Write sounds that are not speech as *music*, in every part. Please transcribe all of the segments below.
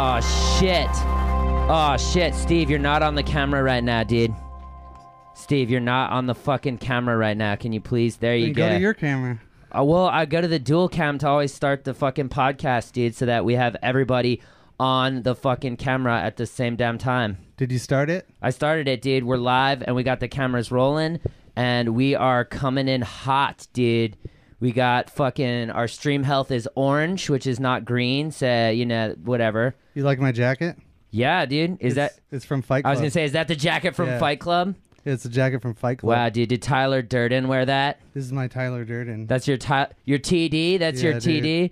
Oh, shit. Oh shit, Steve, you're not on the camera right now, dude. Steve, you're not on the fucking camera right now. Can you please? There you Then go. go to your camera. Uh, well, I go to the dual cam to always start the fucking podcast, dude, so that we have everybody on the fucking camera at the same damn time. Did you start it? I started it, dude. We're live and we got the cameras rolling and we are coming in hot, dude. We got fucking our stream health is orange, which is not green, so you know, whatever. You like my jacket? Yeah, dude. Is It's- that It's from Fight I Club. was gonna say, is that the jacket from Yeah. Fight Club? It's a jacket from Fight Club. Wow, dude, did Tyler Durden wear that? This is my Tyler Durden. That's your ti- your TD. That's your Yeah, TD.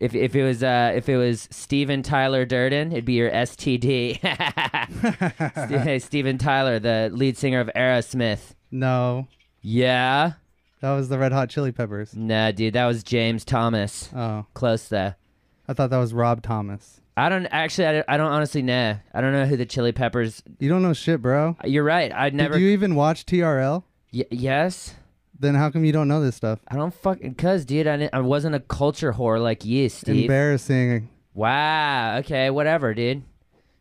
If if it was uh if it was Steven Tyler Durden, it'd be your *laughs* STD. *laughs* Ste- Steven Tyler, the lead singer of Aerosmith. no, Yeah. that was the Red Hot Chili Peppers. Nah, dude, that was James Thomas. Oh, Close though. I thought that was Rob Thomas. I don't actually. I don't, I don't honestly know. I don't know who the Chili Peppers. You don't know shit, bro. You're right. I'd never. Did you even watch TRL? Y- yes. Then how come you don't know this stuff? I don't fucking cuz dude I, didn't, I wasn't a culture whore like you, Steve. Embarrassing. Wow. Okay. Whatever, dude.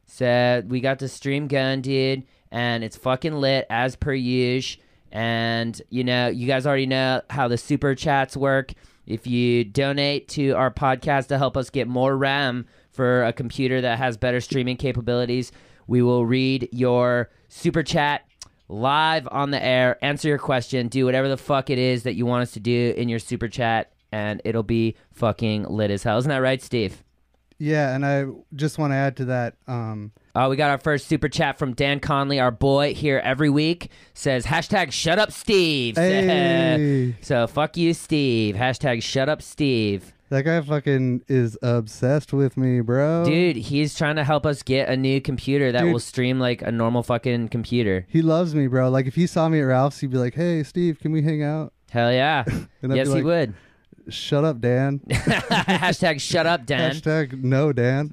So we got the stream gun, dude, and it's fucking lit as per usual. And you know, you guys already know how the super chats work. If you donate to our podcast to help us get more RAM for a computer that has better streaming capabilities, we will read your super chat live on the air, answer your question, do whatever the fuck it is that you want us to do in your super chat, and it'll be fucking lit as hell. Isn't that right, Steve? Yeah, and I just want to add to that. *laughs* Um, Uh, we got our first super chat from Dan Conley, our boy here every week. Says hashtag Shut Up Steve. *laughs* Hey. so fuck you, Steve. Hashtag Shut Up Steve. that guy fucking is obsessed with me, bro. Dude, he's trying to help us get a new computer that Oh. Dude. will stream like a normal fucking computer. He loves me, bro. Like if he saw me at Ralph's, he'd be like, "Hey, Steve, can we hang out?" Hell *laughs* yeah. And I'd yes, be he like, would. *laughs* Shut up, Dan. hashtag Shut Up Dan. Hashtag no, Dan.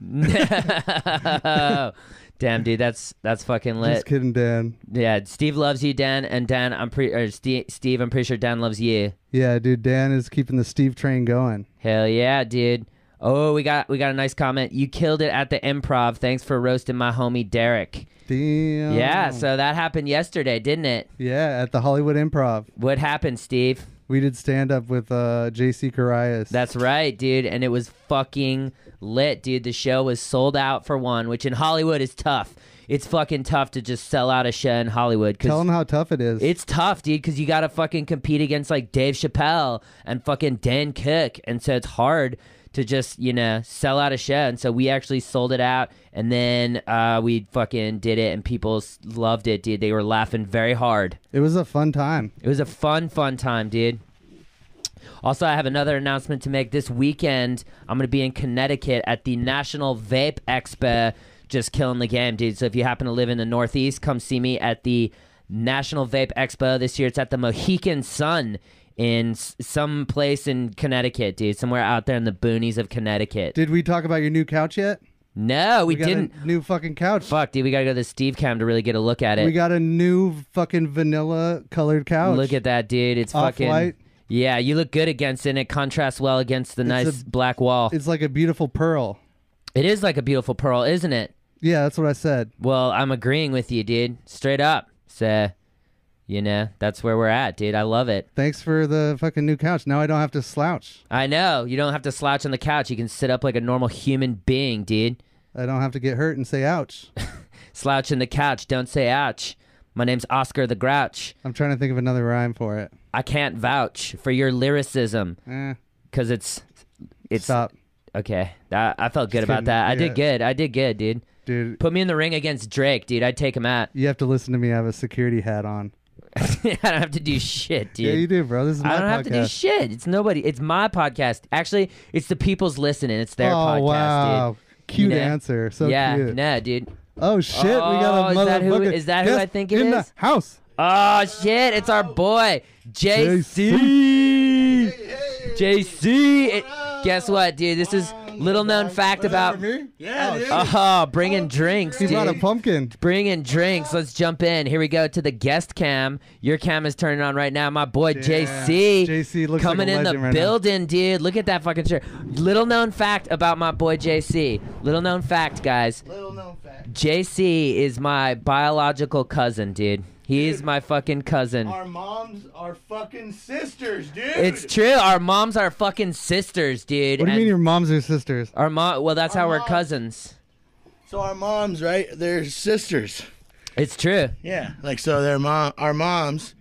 *laughs* Damn, dude, that's that's fucking lit. Just kidding, Dan. Yeah, Steve loves you, Dan, and Dan, I'm pretty. Or Steve, Steve, I'm pretty sure Dan loves you. Yeah, dude, Dan is keeping the Steve train going. Hell yeah, dude. Oh, we got we got a nice comment. You killed it at the improv. Thanks for roasting my homie Derek. Damn. Yeah, so that happened yesterday, didn't it? Yeah, at the Hollywood Improv, What happened, Steve? we did stand up with uh, J.C. Carias. That's right, dude, and it was fucking lit, dude. The show was sold out for one, which in Hollywood is tough. It's fucking tough to just sell out a show in Hollywood cuz Tell him how tough it is. It's tough, dude, because you got to fucking compete against like Dave Chappelle and fucking Dan Cook. And so it's hard to just, you know, sell out a show. And so we actually sold it out and then uh, we fucking did it and people s- loved it, dude. They were laughing very hard. it was a fun time. It was a fun, fun time, dude. Also, I have another announcement to make. This weekend, I'm going to be in Connecticut at the National Vape Expo, just killing the game, dude. So if you happen to live in the Northeast, come see me at the National Vape Expo. This year, it's at the Mohican Sun in s- some place in Connecticut, dude. Somewhere out there in the boonies of Connecticut. Did we talk about your new couch yet? no, we, We got didn't. a new fucking couch. Fuck, dude, we got to go to the Steve Cam to really get a look at it. We got a new fucking vanilla colored couch. Look at that, dude. It's fucking. Off-white. Yeah, you look good against it. and It contrasts well against the nice a- black wall. It's like a beautiful pearl. It is like a beautiful pearl, isn't it? Yeah, that's what I said. Well, I'm agreeing with you, dude. Straight up. So, you know, that's where we're at, dude. I love it. Thanks for the fucking new couch. Now I don't have to slouch. I know. You don't have to slouch on the couch. You can sit up like a normal human being, dude. I don't have to get hurt and say ouch. Slouch in the couch. Don't say ouch. My name's Oscar the Grouch. I'm trying to think of another rhyme for it. I can't vouch for your lyricism Eh, because it's. It's stop, okay. I, I felt good Just about kidding. that. I Yeah. did good. I did good, dude. dude. Put me in the ring against Drake, dude. I'd take him out. *laughs* You have to listen to me. I have a security hat on. I don't have to do shit, dude. Yeah, you do, bro. This is my I don't podcast. have to do shit. It's nobody. It's my podcast. Actually, it's the people's listening. It's their oh podcast, wow, dude. cute You know? answer. So yeah, cute. nah, dude. Oh shit, we got a Oh, is that who- motherfucker. is that who Guest I think it in is? the house. Oh shit! It's our boy JC. JC. It- guess what, dude? This is Little known fact Is that about. for me? Yeah, Oh, dude. shit. Oh, bringing drinks, He's dude. not a pumpkin. Bring in drinks. Let's jump in. Here we go to the guest cam. Your cam is turning on right now. My boy JC. JC looks coming like a in the legend right now. building, dude. Look at that fucking shirt. Little known fact about my boy JC. Little known fact, guys. Little known fact. JC is my biological cousin, dude. He is my fucking cousin. Our moms are fucking sisters, dude. It's true. Our moms are fucking sisters, dude. What do you And mean your moms are sisters? Our mom. Well, that's Our how we're mom- cousins. so our moms, right? They're sisters. It's true. Yeah. Like so, their mom, our moms,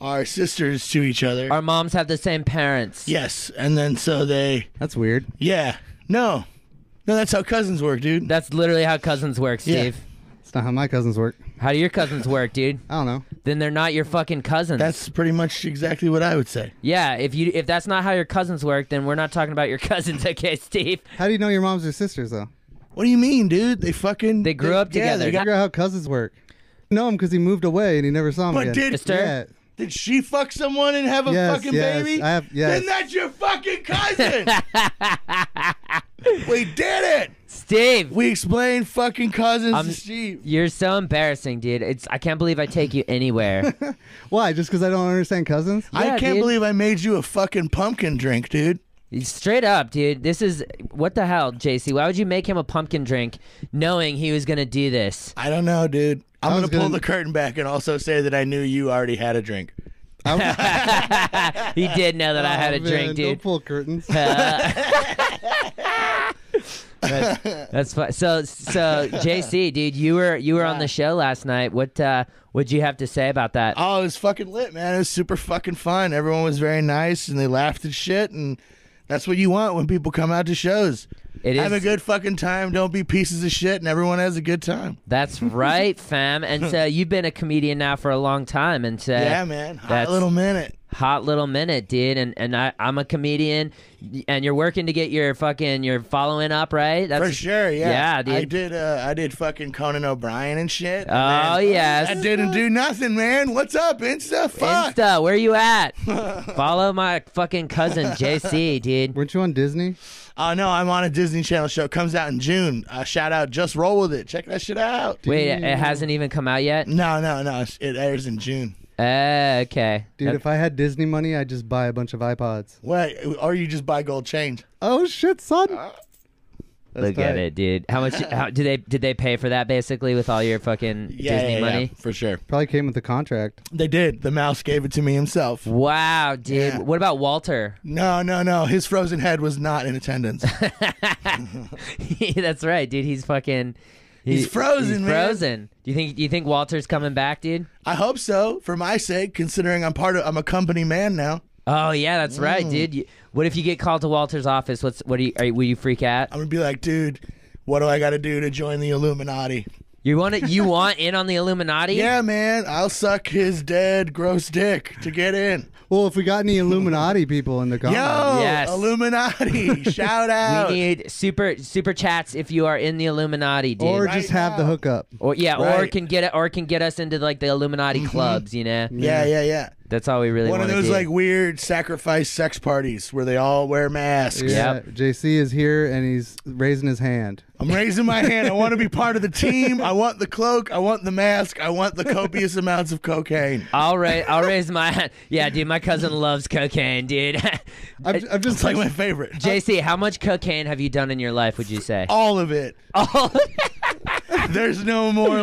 are sisters to each other. Our moms have the same parents. yes, and then so they, That's weird. yeah, no, no, that's how cousins work, dude. That's literally how cousins work, Yeah. Steve. That's not how my cousins work. How do your cousins work, dude? I don't know. Then they're not your fucking cousins. That's pretty much exactly what I would say. yeah, if you if that's not how your cousins work, then we're not talking about your *laughs* cousins, okay, Steve? How do you know your moms are sisters though? What do you mean, dude? They fucking They grew up yeah, together. they got- Figure out how cousins work. Know him because he moved away and he never saw him but again. did Mister- yeah. did she fuck someone and have a Yes, fucking yes, baby? I have- yes. Then that's your *laughs* fucking cousin. we did it. Steve, We explained fucking cousins I'm- to Steve. you're so embarrassing, dude. It's I can't believe I take you *laughs* anywhere. Why? Just because I don't understand *laughs* cousins? I yeah, can't dude. believe I made you a fucking pumpkin drink, dude. Straight up, dude. This is what the hell, JC? Why would you make him a pumpkin drink knowing he was going to do this? I don't know, dude. I I'm gonna was pull gonna- the curtain back and also say that I knew you already had a drink. I was- *laughs* he did know that I had Oh, a drink, man, dude. Don't *laughs* pull curtains. That's fine. So, *laughs* so JC, dude, you were you were on the show last night. What uh, would you have to say about that? Oh, it was fucking lit, man. It was super fucking fun. Everyone was very nice and they laughed at shit and that's what you want when people come out to shows. It Have a is. good fucking time. Don't be pieces of shit and everyone has a good time. That's right, fam. *laughs* And so you've been a comedian now for a long time, and uh, so yeah, man. Hot that's- little minute. hot little minute, dude. And and I, I'm a comedian, and you're working to get your fucking your following up, right? That's For sure, yeah. Yeah, dude. I did uh I did fucking Conan O'Brien and shit. and Oh, then yes. I didn't do nothing, man. What's up, Insta? Fuck. Insta, where you at? *laughs* Follow my fucking cousin JC, dude. Weren't you on Disney? Oh no, I'm on a Disney Channel show. It comes out in June. Uh, shout out, just roll with it. Check that shit out. Wait, it hasn't even come out yet. No, no, no. it's- It airs in June. Uh, okay, Dude, if I had Disney money, I'd just buy a bunch of iPods. Wait, or you just buy gold change? Oh shit, son. Uh, Look That's at tight. it, dude. How much? How did they did they pay for that basically with all your fucking Yeah, Disney yeah, yeah, money? for sure. Probably came with a contract. They did. The mouse gave it to me himself. Wow, dude. Yeah. What about *laughs* Walter? *laughs* No, no, no. His frozen head was not in attendance. That's right, dude. He's fucking. he- He's frozen, He's man. frozen. Do you think? Do you think Walter's coming back, dude? I hope so, for my sake, considering I'm part of. I'm a company man now. Oh yeah, that's Mm. right, dude. You, what if you get called to Walter's office? What's what? Do you, are, you- will you freak out? I'm gonna be like, dude, what do I got to do to join the Illuminati? You want it? You want in on the Illuminati? *laughs* Yeah, man. I'll suck his dead, gross dick to get in. Well, if we got any Illuminati people in the Yo, comment, Yes. *laughs* Illuminati! Shout out. We need super super chats if you are in the Illuminati, dude. or Or, just Right have the now. hookup. yeah, or Right. Mm-hmm. can get or can get us into like the Illuminati clubs. You know, yeah, yeah, yeah. that's all we really One of wanna those do. like weird sacrifice sex parties where they all wear masks. Yeah, Yep. JC is here and he's raising his hand. I'm raising my hand. I want to be part of the team. I want the cloak. I want the mask. I want the copious *laughs* amounts of cocaine. I'll raise, I'll raise my yeah, dude. My cousin loves cocaine, dude. *laughs* I'm, I'm just It's like my favorite. JC, how much cocaine have you done in your life? Would you say? All of it. Oh, There's no more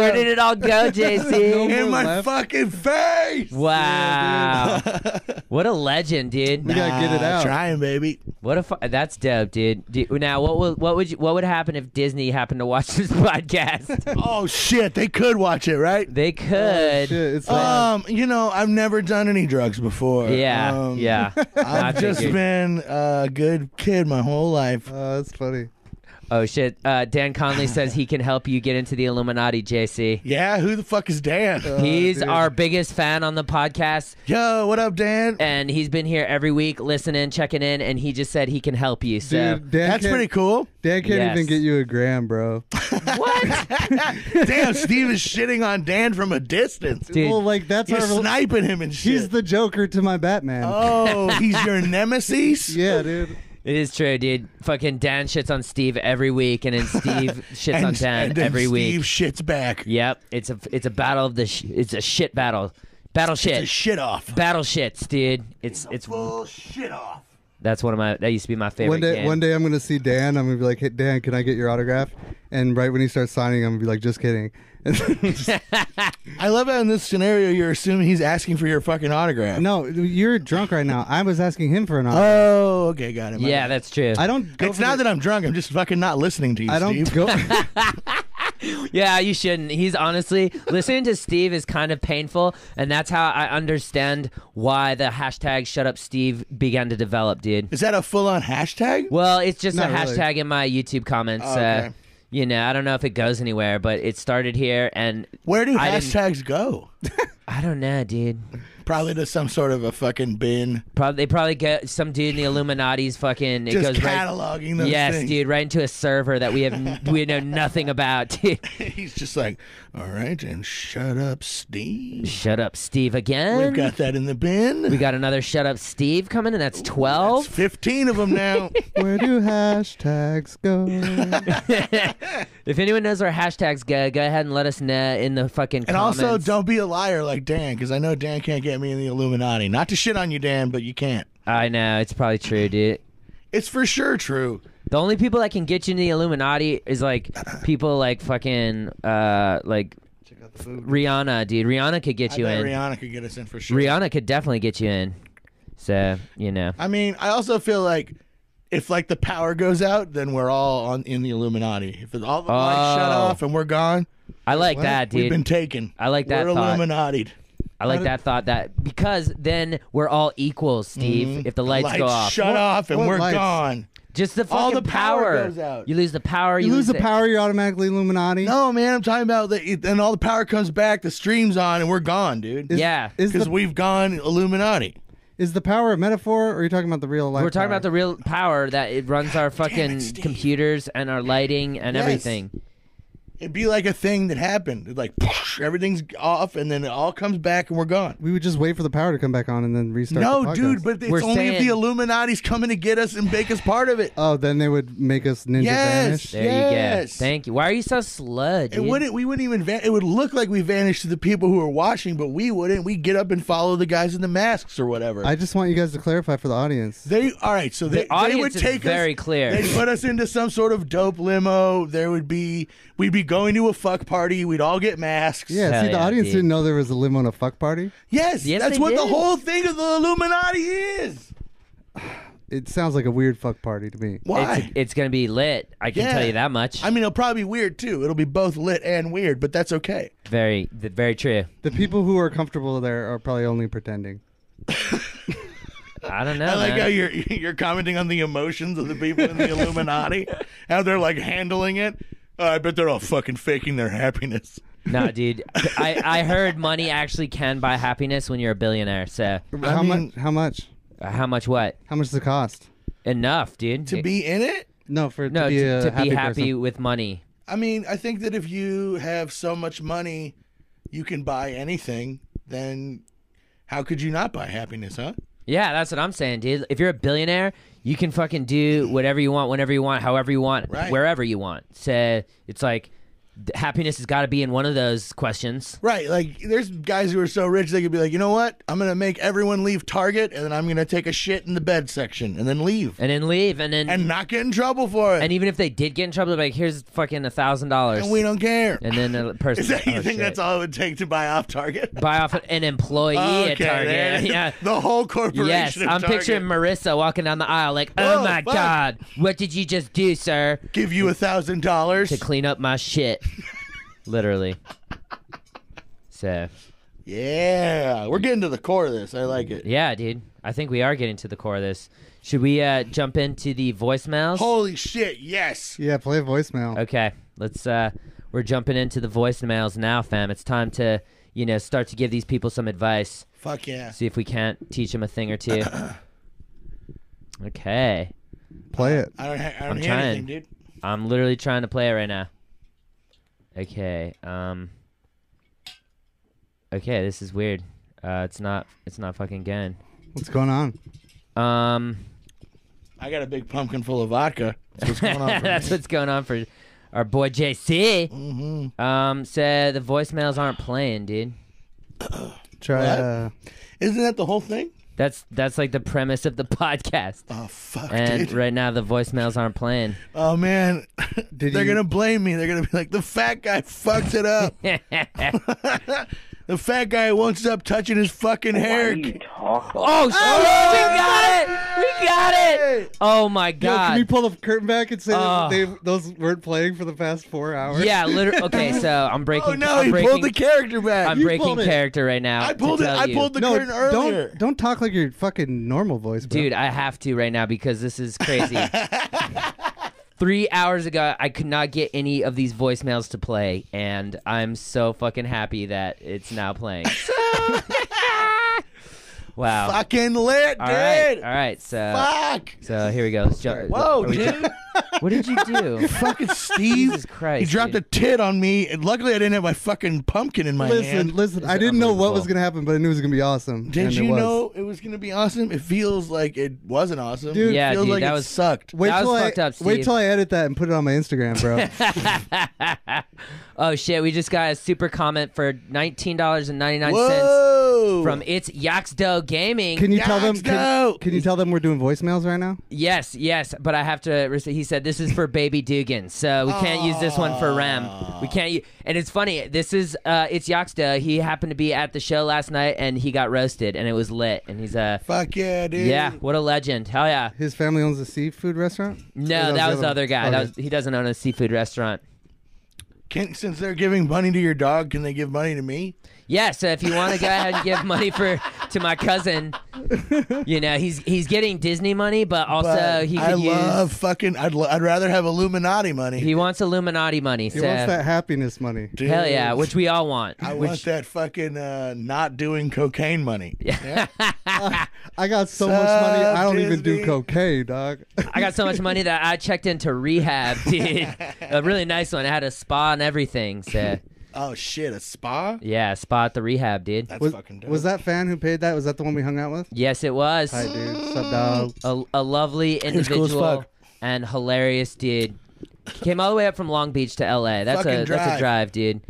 *laughs* where did it all go, *laughs* JC? In my left? fucking face. Wow, *laughs* what a legend, dude. We gotta get it Ah, out. Trying, baby. What if that's dope, dude? Do, now, what would what would you, what would happen if Disney happened to watch *laughs* this podcast? Oh shit, they could watch it, right? they could. oh, Shit, it's Oh. like, Um, you know, I've never done any drugs before. yeah, Um, yeah. I *laughs* I've just figured. been a good kid my whole life. uh, that's funny. Oh shit! Uh, Dan Conley says he can help you get into the Illuminati, JC. Yeah, who the fuck *laughs* is Dan? He's dude. our biggest fan on the podcast, Yo, what up, Dan? and he's been here every week, listening, checking in, and he just said he can help you. So Dude, Dan That's can't, *laughs* pretty cool. Dan can't Yes. even get you a gram, bro. what, Damn, Steve is shitting on Dan from a distance. dude? well, like that's You're our. sniping him and *laughs* shit. he's the Joker to my Batman. oh, he's your nemesis. Yeah, dude. It is true, dude. Fucking Dan shits on Steve every week, and then *laughs* Steve shits on Dan and then every Steve week. shits back. Yep, it's a it's a battle of the sh- it's a shit battle, battle Get the shit, shit off. battle shits, dude. It's it's Full shit off. that's one of my that used to be my favorite. One day, game. one day, I'm gonna see Dan. I'm gonna be like, "Hey, Dan, can I get your autograph?" And right when he starts signing, I'm gonna be like, "Just kidding." *laughs* And just- I love how in this scenario you're assuming he's asking for your fucking autograph. no, you're drunk right now. I was asking him for an autograph. Oh, okay, got it. my yeah, bad. that's true. I don't go. It's for not the- that I'm drunk. I'm just fucking not listening to you, I don't Steve. go. *laughs* *laughs* Yeah, you shouldn't. He's honestly listening to Steve is kind of painful, and that's how I understand why the hashtag Shut Up Steve began to develop, dude. Is that a full-on hashtag? Well, it's just Not a really. hashtag in my YouTube comments. Oh, okay. uh, you know, I don't know if it goes anywhere, but it started here, and Where do I didn't- hashtags *laughs* go? I don't know, dude. Probably to some sort of a fucking bin. Probably they probably get some dude in the Illuminati's fucking. It Just goes right. cataloging those Yes, things. dude, right into a server that we have n- we know nothing about, *laughs* dude. *laughs* He's just like, all right, and shut up, Steve. Shut up, Steve. Again, We've got that in the bin. We got another shut up, Steve coming, and that's That's twelve. 15 of them *laughs* now. Where do hashtags go? *laughs* If anyone knows where hashtags go, go ahead and let us know in the fucking and comments. also, don't be a liar like Dan, because I know Dan can't get me in the Illuminati. Not to shit on you, Dan, but you can't. I know it's probably true, dude. It's for sure true. The only people that can get you in the Illuminati is like people like fucking uh like Rihanna, dude. Rihanna could get I you bet in. Rihanna could get us in for sure. Rihanna could definitely get you in. So you know, I mean, I also feel like if like the power goes out, then we're all on in the Illuminati. If all the lights shut Oh. off and we're gone, I like What? that, we've dude. been taken. I like that We're thought. Illuminati. I like How did- that thought that because then we're all equal, Steve. If the lights, Mm-hmm. lights go off, shut off and what we're lights? gone. just the fucking All the power goes out. You lose the power. You, You lose the it. power, you're automatically Illuminati. No, man, I'm talking about the, then all the power comes back, the stream's on, and we're gone, dude. Yeah. Is Because the, we've gone Illuminati. is the power a metaphor, or are you talking about the real life? We're talking about the real power that it runs our fucking Steve. computers and our lighting and Yes. everything. It'd be like a thing that happened. It'd like everything's off, and then it all comes back, and we're gone. We would just wait for the power to come back on and then restart. the No, podcast. dude, but it's We're only if saying- the Illuminati's coming to get us and make us part of it. oh, then they would make us ninja Yes. vanish. There you go. Yes. Thank you. Why are you so slow, dude? It wouldn't. We wouldn't even. Van- it would look like we vanished to the people who are watching, but we wouldn't. We get up and follow the guys in the masks or whatever. I just want you guys to clarify for the audience. they all right. So they, the audience they would take is very us. clear. They'd put us into some sort of dope limo. There would be. We'd be going to a fuck party. We'd all get masks. Yeah, Hell see, the yeah, audience dude. didn't know there was a limo and a fuck party. Yes. Yes, that's they what the did. whole thing of the Illuminati is. It sounds like a weird fuck party to me. Why? It's, it's gonna be lit. I can Yeah. tell you that much. I mean, it'll probably be weird too. It'll be both lit and weird, but that's okay. very, th- very true. The people who are comfortable there are probably only pretending. I don't know. I like man. how you're you're commenting on the emotions of the people in the Illuminati, how they're like handling it. Uh, I bet they're all fucking faking their happiness. No, dude. I, I heard money actually can buy happiness when you're a billionaire. So, how mean- much? How much? uh, how much? What? How much does it cost? Enough, dude. To be uh, in it, No, for it no, to be to, a to happy, be happy person. with money. I mean, I think that if you have so much money, you can buy anything. Then how could you not buy happiness, huh? Yeah, that's what I'm saying, dude. If you're a billionaire, you can fucking do whatever you want, whenever you want, however you want, Right. wherever you want. So it's like d- happiness has got to be in one of those questions. Right, like there's guys who are so rich they could be like, you know what? I'm gonna make everyone leave Target, and then I'm gonna take a shit in the bed section, and then leave, And then leave, and then and not get in trouble for it, and and, even if they did get in trouble, they're like here's fucking a thousand dollars, we don't care. and then the person *laughs* Is that, oh, you think shit. that's all it would take to buy off Target? buy off an *laughs* employee at there it Target. *laughs* is. yeah. The whole corporation. Yes, of I'm Target. picturing Marissa walking down the aisle like, Whoa, "Oh my fuck. god, what did you just do, sir?" Give you a thousand dollars. To clean up my shit, literally. So. Yeah, we're getting to the core of this. I like it. Yeah, dude. I think we are getting to the core of this. Should we uh, jump into the voicemails? Holy shit! Yes. Yeah, play a voicemail. okay, let's. Uh, we're jumping into the voicemails now, fam. It's time to you know start to give these people some advice. Fuck yeah. See if we can't teach them a thing or two. okay, Play it. I don't. Ha- I don't I'm hear trying. anything, dude. I'm literally trying to play it right now. Okay. Um. Okay, this is weird. Uh, it's not. It's not fucking going. What's going on? Um. I got a big pumpkin full of vodka. That's *laughs* what's going on. For That's me. what's going on for our boy JC. Mhm. Um, so the voicemails aren't playing, dude. *laughs* Try. What? Uh, Isn't that the whole thing? That's that's like the premise of the *laughs* podcast. Oh fuck, And dude. right now the voicemails aren't playing. *laughs* Oh man, *laughs* they're you- gonna blame me. They're gonna be like, the fat guy fucked *laughs* it up. *laughs* the fat guy won't stop touching his fucking hair. Oh, shit! we got it! We got it! Oh my Yo, god! can we pull the curtain back and say Ugh. that they, those weren't playing for the past four *laughs* hours? yeah, *laughs* literally. Okay, so I'm breaking. Oh no, I'm he breaking, pulled the character back. I'm You breaking pulled it. character right now. I to pulled it. tell I you. pulled the No, curtain earlier. don't don't talk like your fucking normal voice, bro. Dude, I have to right now because this is *laughs* crazy. Three hours ago, I could not get any of these voicemails to play, and I'm so fucking happy that it's now *laughs* playing. wow. Fucking lit, All right. dude. All right. So, Fuck. so here we go. Let's jump. Whoa, are we- dude. What did you do? *laughs* *laughs* fucking Steve. Jesus Christ. He dropped a dude. tit on me, and luckily I didn't have my fucking pumpkin in my hand. listen, listen. I didn't know what was unbelievable. gonna happen, but I knew it was gonna be awesome. Did and it you was. know it was gonna be awesome? It feels like it wasn't awesome. Dude. it Yeah, feels dude, like that it was- sucked. Wait That was till I fucked up, Steve. wait till I edit that and put it on my Instagram, bro. *laughs* oh shit! We just got a super comment for nineteen dollars and ninety nine cents Whoa! from it's Yaxdo Gaming. Can you tell them? Yikes, Can, no. can you tell them we're doing voicemails right now? Yes, yes, but I have to. rec- He said this is for Baby Dugan, so we can't use this one for Rem. We can't. u- And it's funny. This is uh, it's Yoxta. He happened to be at the show last night, and he got roasted, and it was lit. And he's a Fuck yeah, dude. yeah, what a legend. Hell yeah. His family owns a seafood restaurant. No, Or that was the other one? guy. Okay. That was, he doesn't own a seafood restaurant. Can, since they're giving money to your dog, can they give money to me? Yeah, so if you want to go ahead and give money for to my cousin, you know he's he's getting Disney money, but also But he could I use love fucking. I'd, lo- I'd rather have Illuminati money. he wants Illuminati money. He so wants that happiness money. dude. hell yeah, which we all want. I which, want that fucking uh, not doing cocaine money. Yeah. I got so much money. I don't even do Disney. cocaine, dog. I got so much money that I checked into rehab, *laughs* dude. a really nice one. I had a spa and everything. So oh shit, a spa? yeah, spa at the rehab, dude. *laughs* That's was, fucking dope. was that fan who paid that? Was that the one we hung out with? Yes, it was Hi, dude. What's up, dog? *laughs* a, a lovely was cool individual as fuck. and hilarious dude. Came all the way up from Long Beach to L.A. That's a Fucking that's a drive. drive, dude.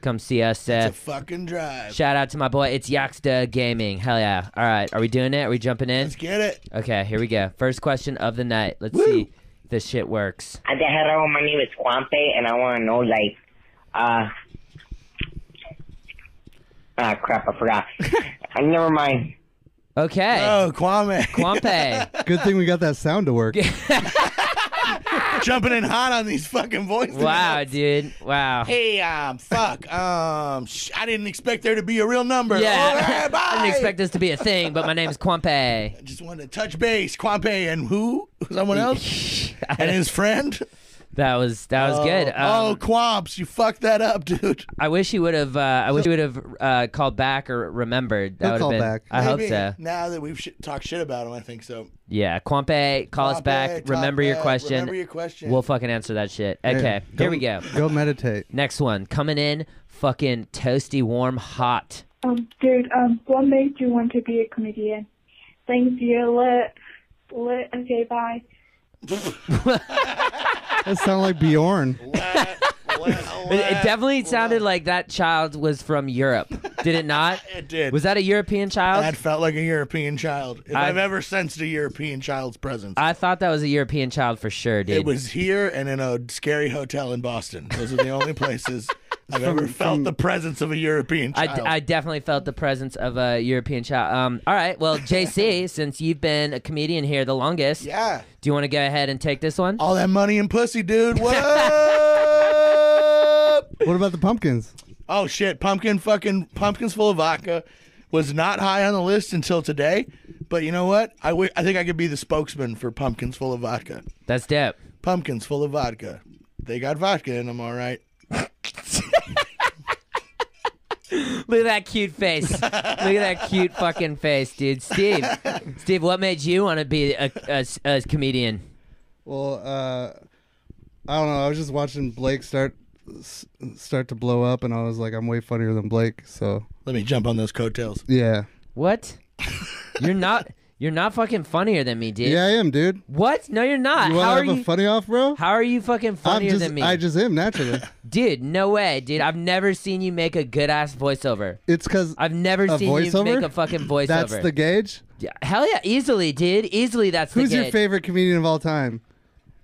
Come see us. It's Uh, a fucking drive. shout out to my boy. It's Yaxta Gaming. Hell yeah! All right, are we doing it? Are we jumping in? Let's get it. Okay, here we go. First question of the night. Let's Woo. see if this shit works. Hi there, hello. My name is Juanpe, and I want to know, like, uh, ah, crap, I *laughs* forgot. uh, never mind. Okay, Oh, Kwame. Quampe. Good thing we got that sound to work. *laughs* Jumping in hot on these fucking voices. Wow, dude. Wow. Hey, um, fuck. Um, sh- I didn't expect there to be a real number. Yeah. Alright, bye. *laughs* I didn't expect this to be a thing, but my name's Quampe. I just wanted to touch base. Kwame and who? *laughs* Someone else? and his friend? That was that was good. oh, Um, Quamps, you fucked that up, dude. I wish he would have. Uh, I wish he would have uh, called back or remembered. That He'll would have been. call back. I hope Maybe so. Now that we've sh- talked shit about him, I think so. Yeah, Quampe, call us Kwame, back. talk Remember your back, question. Remember your question. *laughs* We'll fucking answer that shit. Okay, Hey, here we go. Go meditate. Next one coming in, fucking toasty, warm, hot. Um, dude, um, what made you want to be a comedian? Thanks, you're lit. Lit. Okay, bye. *laughs* That sounded like Bjorn. It, it definitely sounded like that child was from Europe. Did it not? *laughs* It did. Was that a European child? That felt like a European child. If I- I've, ever sensed a European child's presence, I thought that was a European child for sure, dude. it was here and in a scary hotel in Boston. Those are the only *laughs* places I've ever felt the presence of a European I, child. d- I definitely felt the presence of a European child. Um, all right, *laughs* well, JC, since you've been a comedian here the longest, yeah. do you want to go ahead and take this one? All that money and pussy, *laughs* dude. What up? What about the pumpkins? Oh shit, pumpkin fucking pumpkins full of vodka was not high on the list until today. But you know what? I wi- I think I could be the spokesman for pumpkins full of vodka. That's dope. Pumpkins full of vodka. They got vodka in them, all right. Look at that cute face. Look at that cute fucking face, dude. *laughs* Steve, Steve, what made you want to be a, a, a comedian? Well, uh, I don't know. I was just watching Blake start s- start to blow up, and I was like, I'm way funnier than Blake. So Let me jump on those coattails. yeah, What? You're not. You're not fucking funnier than me, dude. Yeah, I am, dude. What? No, you're not. You how want are to have you? a funny off, bro? how are you fucking I'm funnier just, than me, I just *laughs* am naturally. dude? No way, dude. I've never seen you make a good ass voiceover. it's because I've never A seen you voiceover? make a fucking voiceover. that's the gauge. Yeah, hell yeah, easily, dude. Easily, that's Who's the your gauge. favorite comedian of all time?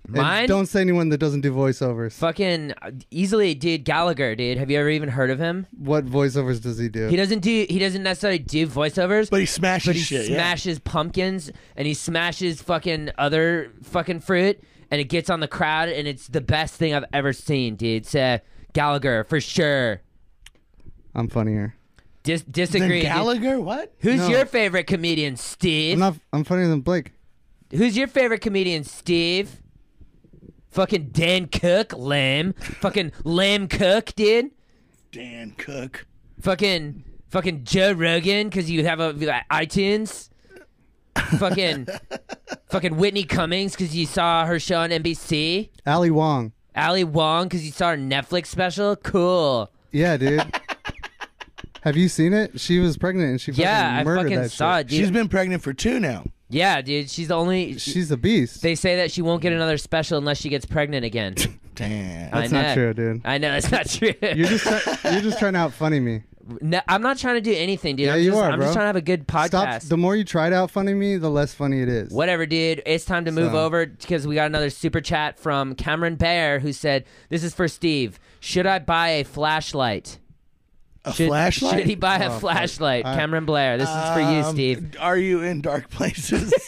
And Mine? don't say anyone that doesn't do voiceovers. Fucking uh, easily, dude. Gallagher, dude. Have you ever even heard of him? What voiceovers does he do? He doesn't do. He doesn't necessarily do voiceovers. But he smashes but he shit. yeah. smashes pumpkins and he smashes fucking other fucking fruit and it gets on the crowd and it's the best thing I've ever seen, dude. So Gallagher for sure. I'm funnier. Dis- Then disagree. dude. Gallagher, what? Who's No. your favorite comedian, Steve? I'm not. I'm funnier than Blake. Who's your favorite comedian, Steve? Fucking Dan Cook, lame. Fucking Lamb Cook, dude. Dan Cook. Fucking fucking Joe Rogan because you have a like, iTunes. *laughs* Fucking fucking Whitney Cummings because you saw her show on NBC. Ali Wong. Ali Wong because you saw her Netflix special. Cool. *laughs* Yeah, dude. Have you seen it? She was pregnant and she fucking Yeah, I murdered fucking that saw shit. it, dude. She's been pregnant for two now. yeah, dude. She's the only. She's a beast. they say that she won't get another special unless she gets pregnant *laughs* again. Damn. I That's not know. true, dude. I know that's not true. You're just try- you're just trying to out funny me. No, I'm not trying to do anything, dude. Yeah, I'm, you just, are, I'm just bro. trying to have a good *laughs* podcast. Stop. The more you try to out funny me, the less funny it is. Whatever, dude. It's time to move So- over because we got another super chat from Cameron Bear who said, "This is for Steve. Should I buy a flashlight? A Should, flashlight? Should he buy Oh, a fuck. flashlight? I- Cameron Blair, this is for you, Um, *laughs* Steve. Are you in dark places? *laughs*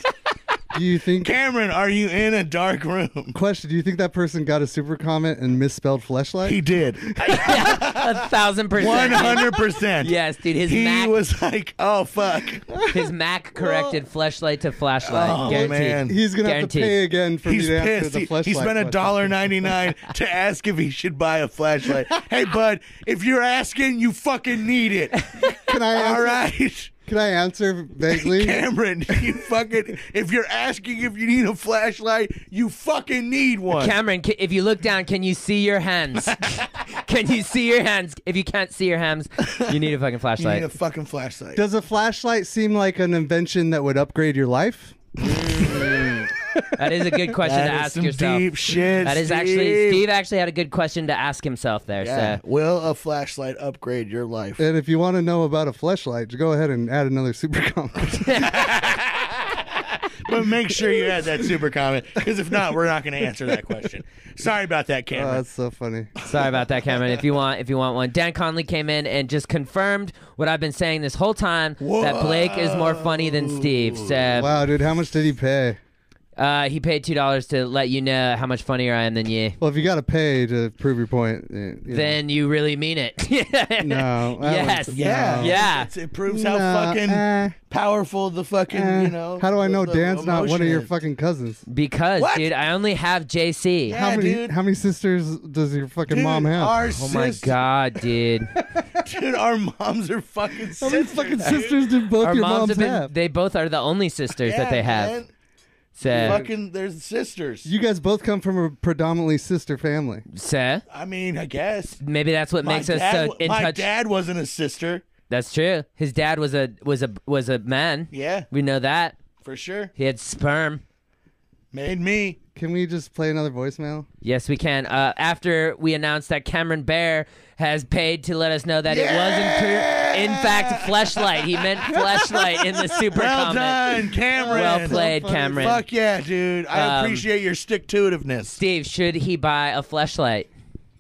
Do you think? Cameron, are you in a dark room? Question: Do you think that person got a super comment and misspelled fleshlight? He did. a thousand percent. dude. 100%. Yes, dude. His He Mac, was like, *laughs* oh, fuck. his Mac corrected flashlight to flashlight. Oh, Guaranteed. man. He's gonna Guaranteed. have to pay again for He's me to answer pissed. the He, fleshlight. he spent a question. dollar ninety nine to ask if he should buy a flashlight. hey, bud, if you're asking, you fucking need it. *laughs* Can I answer? All right. Can I answer *laughs* vaguely? Cameron, you fucking, if you're asking if you need a flashlight, you fucking need one. Cameron, ca- if you look down, can you see your hands? can you see your hands? If you can't see your hands, you need a fucking you flashlight. *laughs* need a fucking flashlight. Does a flashlight seem like an invention that would upgrade your life? that is a good question to That is ask some yourself. deep shit. that is actually Steve actually had a good question to ask himself there. Yeah. So Will a flashlight upgrade your life? And if you want to know about a fleshlight, go ahead and add another super *laughs* comment. but make sure you add that super comment, because if not, we're not going to answer that question. Sorry about that, oh, Cameron. that's so funny. sorry about that, Cameron. If you want, if you want one, Dan Conley came in and just confirmed what I've been saying this whole time that Blake is more funny than Steve. So Wow, dude, how much did he pay? uh, he paid two dollars to let you know how much funnier I am than you. Well, if you got to pay to prove your point, eh, you know. Then you really mean it. *laughs* no. I don't- *laughs* Yes. yeah, no. Yeah. It's- it proves No, how fucking eh, powerful the fucking eh. you know. How do I the- know the Dan's not one of emotion your is. fucking cousins? Because, What? dude, I only have JC. how Yeah, many dude. how many sisters does your fucking Dude, mom have? Our Oh my sis- god, dude! *laughs* dude, our moms are fucking how many sisters. fucking dude. sisters did both Our your moms moms, have been. have? They both are the only sisters Yeah, that they have. man. So, Fucking, there's sisters. you guys both come from a predominantly sister family. so I mean, I guess. maybe that's what makes my us dad, so in my touch. dad wasn't a sister. That's true. His dad was a was a was a man. Yeah, We know that for sure. he had sperm. Made me. Can we just play another voicemail? Yes, we can. Uh, after we announced that Cameron Bear has paid to let us know that it was in, in fact fleshlight. He meant fleshlight in *laughs* the super Well comment. done, Cameron. Well played, Cameron. Fuck yeah, dude. I Um, appreciate your stick to itiveness. Steve, should he buy a fleshlight?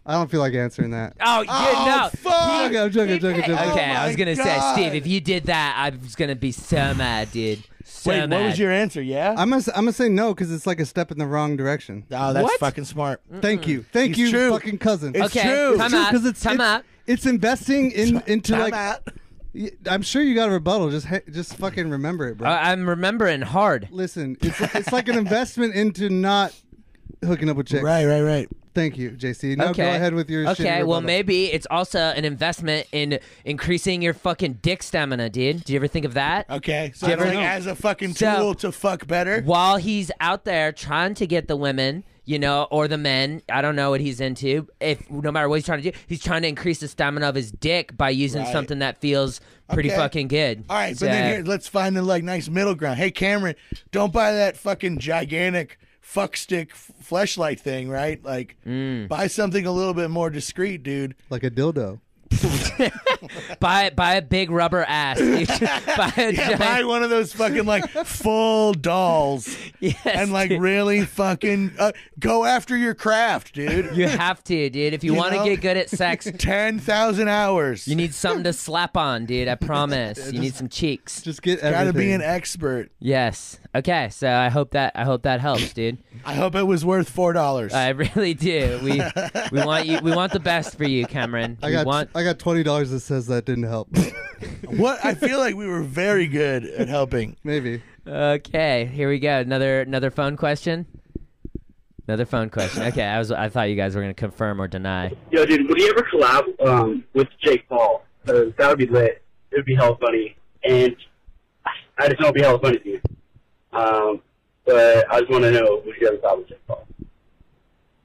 I don't feel like answering *laughs* that. Oh, you Oh, no. fuck. I'm joking, I'm joking, I'm joking, I'm joking. Okay, Oh I was my gonna say, Steve, God. if you did that, I was gonna be so mad, dude. So Wait, mad. what was your answer? Yeah? I'm gonna, s- I'm gonna say no because it's like a step in the wrong direction. oh, that's What? fucking smart. Thank you, thank It's you, true. fucking cousin. It's okay, true. Time It's true, out. 'cause it's, time it's, out. It's investing in into Time like. out. y- I'm sure you got a rebuttal. Just ha- just fucking remember it, bro. I- Uh, I'm remembering hard. Listen, it's it's like an investment into not hooking up with chicks. Right, right, right. Thank you, JC. Now okay. go ahead with your. shitty Okay, well rebuttal. maybe it's also an investment in increasing your fucking dick stamina, dude. Do you ever think of that? Okay. So Do you it's ever- like as a fucking So- tool to fuck better. While he's out there trying to get the women, you know, or the men. I don't know what he's into. If no matter what he's trying to do, he's trying to increase the stamina of his dick by using Right. something that feels pretty Okay. fucking good. All right, So- but then here, let's find the like nice middle ground. Hey, Cameron, don't buy that fucking gigantic fuck stick f- fleshlight thing, right? Like, buy something a little bit more discreet, dude. *laughs* like a dildo. *laughs* buy buy a big rubber ass. *laughs* dude. buy a Yeah, giant, buy one of those fucking like full dolls *laughs* yes, and *laughs* like dude. really fucking uh, go after your craft, dude. you have to, dude. If you, You want to know? get good at *laughs* sex, Ten thousand hours. you need something to slap on, dude. I promise. You need some cheeks. Just get everything. gotta be an expert. Yes. Okay. So I hope that I hope that helps, *laughs* dude. I hope it was worth four dollars. I really do. We we want you. We want the best for you, Cameron. I we got want. I got twenty dollars that says that didn't help. *laughs* what I feel like we were very good at helping. Maybe. Okay. Here we go. Another another phone question. Another phone *laughs* question. Okay. I was. I thought you guys were gonna confirm or deny. Yo, dude, would you ever collab um, with Jake Paul? 'Cause that would be lit. It would be hella funny. And I just know it would be hella funny to you. Um, but I just want to know, would you ever collab with Jake Paul?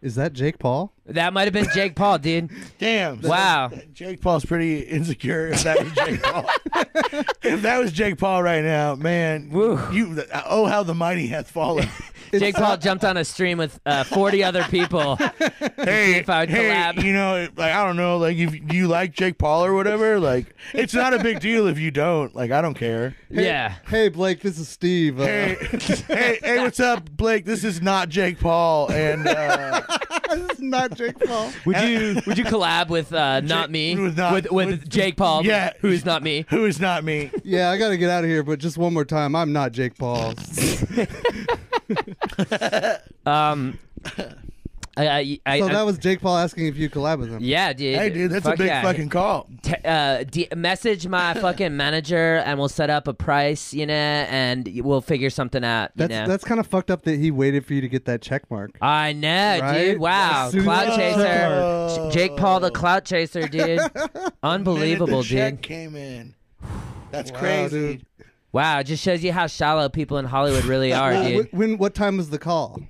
Is that Jake Paul? That might have been Jake Paul, dude. Damn. *laughs* Wow. Jake Paul's pretty insecure. If that was Jake Paul, *laughs* if that was Jake Paul right now, man, Woo. you oh how the mighty hath fallen. Jake Paul jumped on a stream with uh, 40 other people. *laughs* hey, *laughs* if I would hey, collab. you know, it- like I don't know, like if do you like Jake Paul or whatever, like it's not a big deal if you don't. Like I don't care. Hey- Yeah. Hey Blake, this is Steve. Uh, Hey, *laughs* hey, hey, what's up, Blake? This is not Jake Paul, and uh, *laughs* this is not Jake *laughs* Paul. Would you would you collab with uh, not me with not- with, with with- Jake Paul? yeah. who is not me? who is not me? Yeah, I gotta get out of here, but just one more time, I'm not *laughs* Jake Paul. *laughs* Um, I, I, I, So that was Jake Paul asking if you collab with him. yeah, dude. Hey, dude, that's Fuck a big yeah. fucking call. T- uh, d- message *laughs* my fucking manager and we'll set up a price, you know, and we'll figure something out. You That's know? that's kind of fucked up that he waited for you to get that check mark. I know, Right? dude. Wow, As soon as clout the check chaser, mark- J- Jake Paul, the clout chaser, *laughs* dude. Unbelievable, the check dude. Came in. That's Wow, crazy. dude. Wow, it just shows you how shallow people in Hollywood really *laughs* are, Uh, Wh- dude. When what time was the call?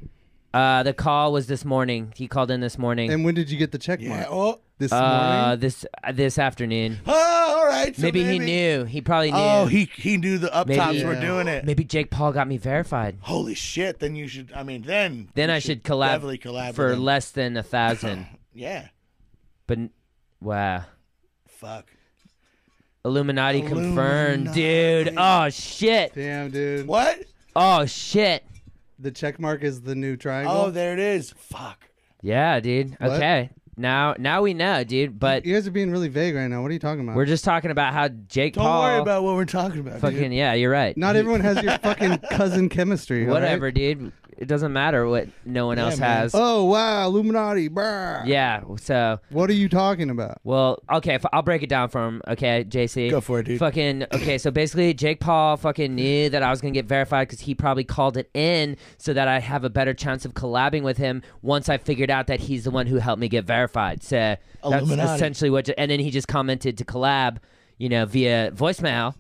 Uh, the call was this morning. He called in this morning. And when did you get the check Yeah. mark? Oh, This Uh, morning. this uh, this afternoon. oh, all right. so maybe, he knew. He probably knew. Oh, he he knew the up Maybe- tops were Yeah. doing it. maybe Jake Paul got me verified. Holy shit! Then you should. I mean, then Then you I should collab, definitely collab for with him. less than a thousand. *clears throat* Yeah. but n- wow, Fuck. Illuminati, confirmed, dude. Oh shit. Damn, dude. What? Oh shit. The check mark is the new triangle. Oh, there it is. Fuck. Yeah, dude. What? Okay. Now now we know, dude. But you guys are being really vague right now. What are you talking about? we're just talking about how Jake Don't Paul. worry about what we're talking about. dude. fucking yeah. You're right. Not everyone has *laughs* your fucking cousin chemistry. all right? Whatever, dude. It doesn't matter what no one Yeah, else man. has. Oh wow, Illuminati. Brr. Yeah. So What are you talking about? Well, okay, f- I'll break it down for him. Okay, JC. Go for it, dude. Fucking okay. So basically, Jake Paul fucking knew that I was gonna get verified because he probably called it in so that I have a better chance of collabing with him once I figured out that he's the one who helped me get verified. So that's Illuminati. essentially what. j- And then he just commented to collab, you know, via voicemail.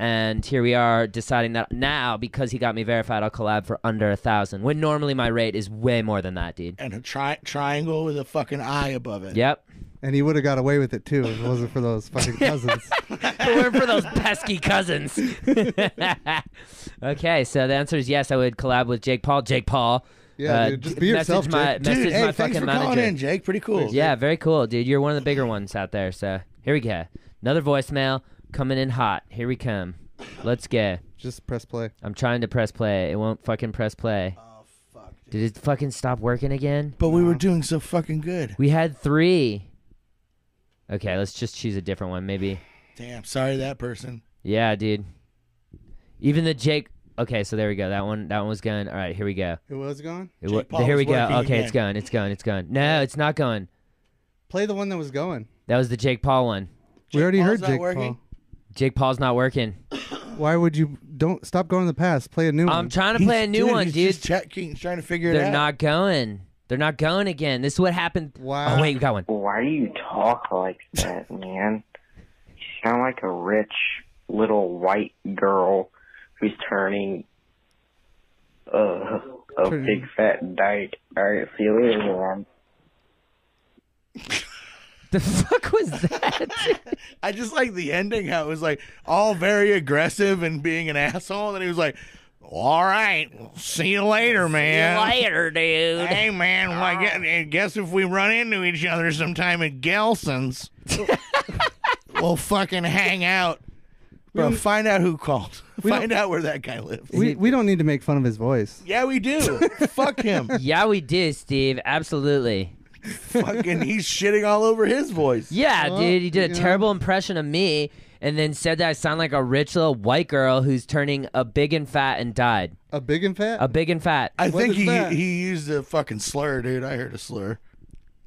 And here we are deciding that now because he got me verified, I'll collab for under a thousand. When normally my rate is way more than that, dude. And a tri- triangle with a fucking eye above it. Yep. And he would have got away with it too if it wasn't for *laughs* those fucking cousins. But we're for those pesky cousins. *laughs* okay, so the answer is yes. I would collab with Jake Paul. Jake Paul. Uh, Yeah, dude, just be message yourself, My, Jake. Dude, message hey, my thanks fucking for calling manager. in, Jake. Pretty cool. Yeah, very cool, dude. You're one of the bigger ones out there. So here we go. Another voicemail coming in hot. Here we come. Let's go. Just press play. I'm trying to press play. It won't fucking press play. Oh fuck. Dude. Did it fucking stop working again? But we were doing so fucking good. We had three. Okay, let's just choose a different one, maybe. Damn. Sorry, that person. Yeah, dude. Even the Jake. Okay, so there we go. That one. That one was going. All right, here we go. It was gone. It wa- Jake Paul here we was go. working Okay, it's again. gone. It's gone. It's gone. No, it's not going. Play the one that was going. That was the Jake Paul one. we Jake already Paul's heard not Jake working? Jake Paul's not working. Paul. Why would you don't stop going to the past? Play a new I'm one. trying to play a He's- new dude, one, he's dude. Just checking, trying to figure it They're out. not going. They're not going again. This is what happened. Wow. Oh wait, we got one. Why do you talk like that, man? You sound like a rich little white girl who's turning. Ugh. a Pretty- big fat dyke. Alright, see you later, man. The *laughs* fuck was *laughs* that? I just like the ending how it was like all very aggressive and being an asshole, and then he was like, "All right, see you later, man. Later, dude. Hey, man. Well, I guess, I guess if we run into each other sometime *laughs* at Gelson's, we'll fucking hang out, bro. Find out who called. Find out where that guy lives. We, we don't need to make fun of his voice. yeah, we do. *laughs* Fuck him. Yeah, we do, Steve. Absolutely. fucking, he's shitting all over his voice. Yeah, Well, dude, he did a you know. terrible impression of me and then said that I sound like a rich little white girl who's turning a big and fat and died. A big and fat? A big and fat. I I What think is he that? he used a fucking slur, dude. I heard a slur.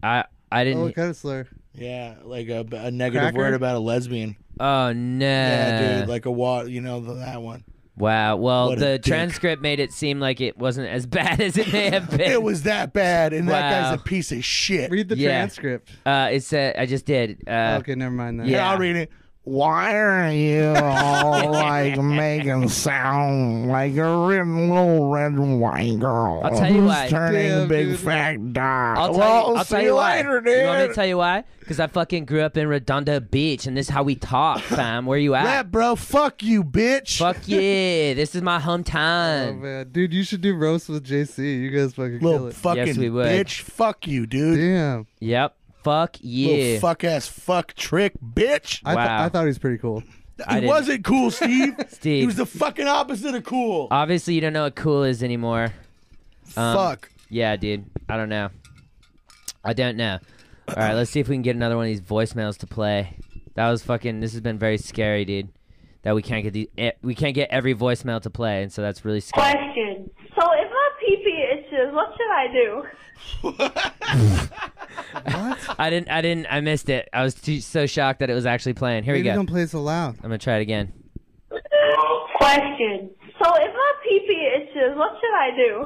I, oh, didn't. what kind of slur? Yeah, like a, a negative Cracker? word about a lesbian. Oh no. Yeah, Uh. dude, like a wa you know th- that one. wow. Well, What a the dick. transcript made it seem like it wasn't as *laughs* bad as it may have been. *laughs* It was that bad, and that Wow. guy's a piece of shit. Read the Yeah. transcript. uh, it said I just did. Uh, okay, never mind that. yeah, yeah. I'll read it. Why are you *laughs* all like making sound like a red, little red white girl? I'll tell you who's why. Turning Damn, big dude. fat dog. I'll tell well, you, I'll see tell you why. later, You want me to dude. tell you why? Because I fucking grew up in Redondo Beach, and this is how we talk, *laughs* fam. Where you at? Rap, bro. Fuck you, bitch. Fuck yeah! This is my Oh, *laughs* hometown. man. Dude, you should do roast with JC. You guys fucking kill little it. fucking Yes, we would. bitch. Fuck you, dude. Damn. yep. Fuck yeah. Little fuck ass fuck trick, bitch. I, th- Wow. I thought he was pretty cool. I He didn't- wasn't *laughs* cool, Steve. Steve. He was the fucking opposite of cool. Obviously, you don't know what cool is anymore. um, Fuck. *laughs* Yeah, dude. I don't know. I don't know. All right, let's see if we can get another one of these voicemails to play. That was fucking. This has been very scary, dude. That we can't get the eh, we can't get every voicemail to play, and so that's really scary. Question. So if my pee pee itches, what should I do? Uh, I didn't. I didn't. I missed it. I was too, so shocked that it was actually playing. Here we Maybe go. don't play so loud. I'm gonna try it again. Question. So if my pee pee itches, what should I do?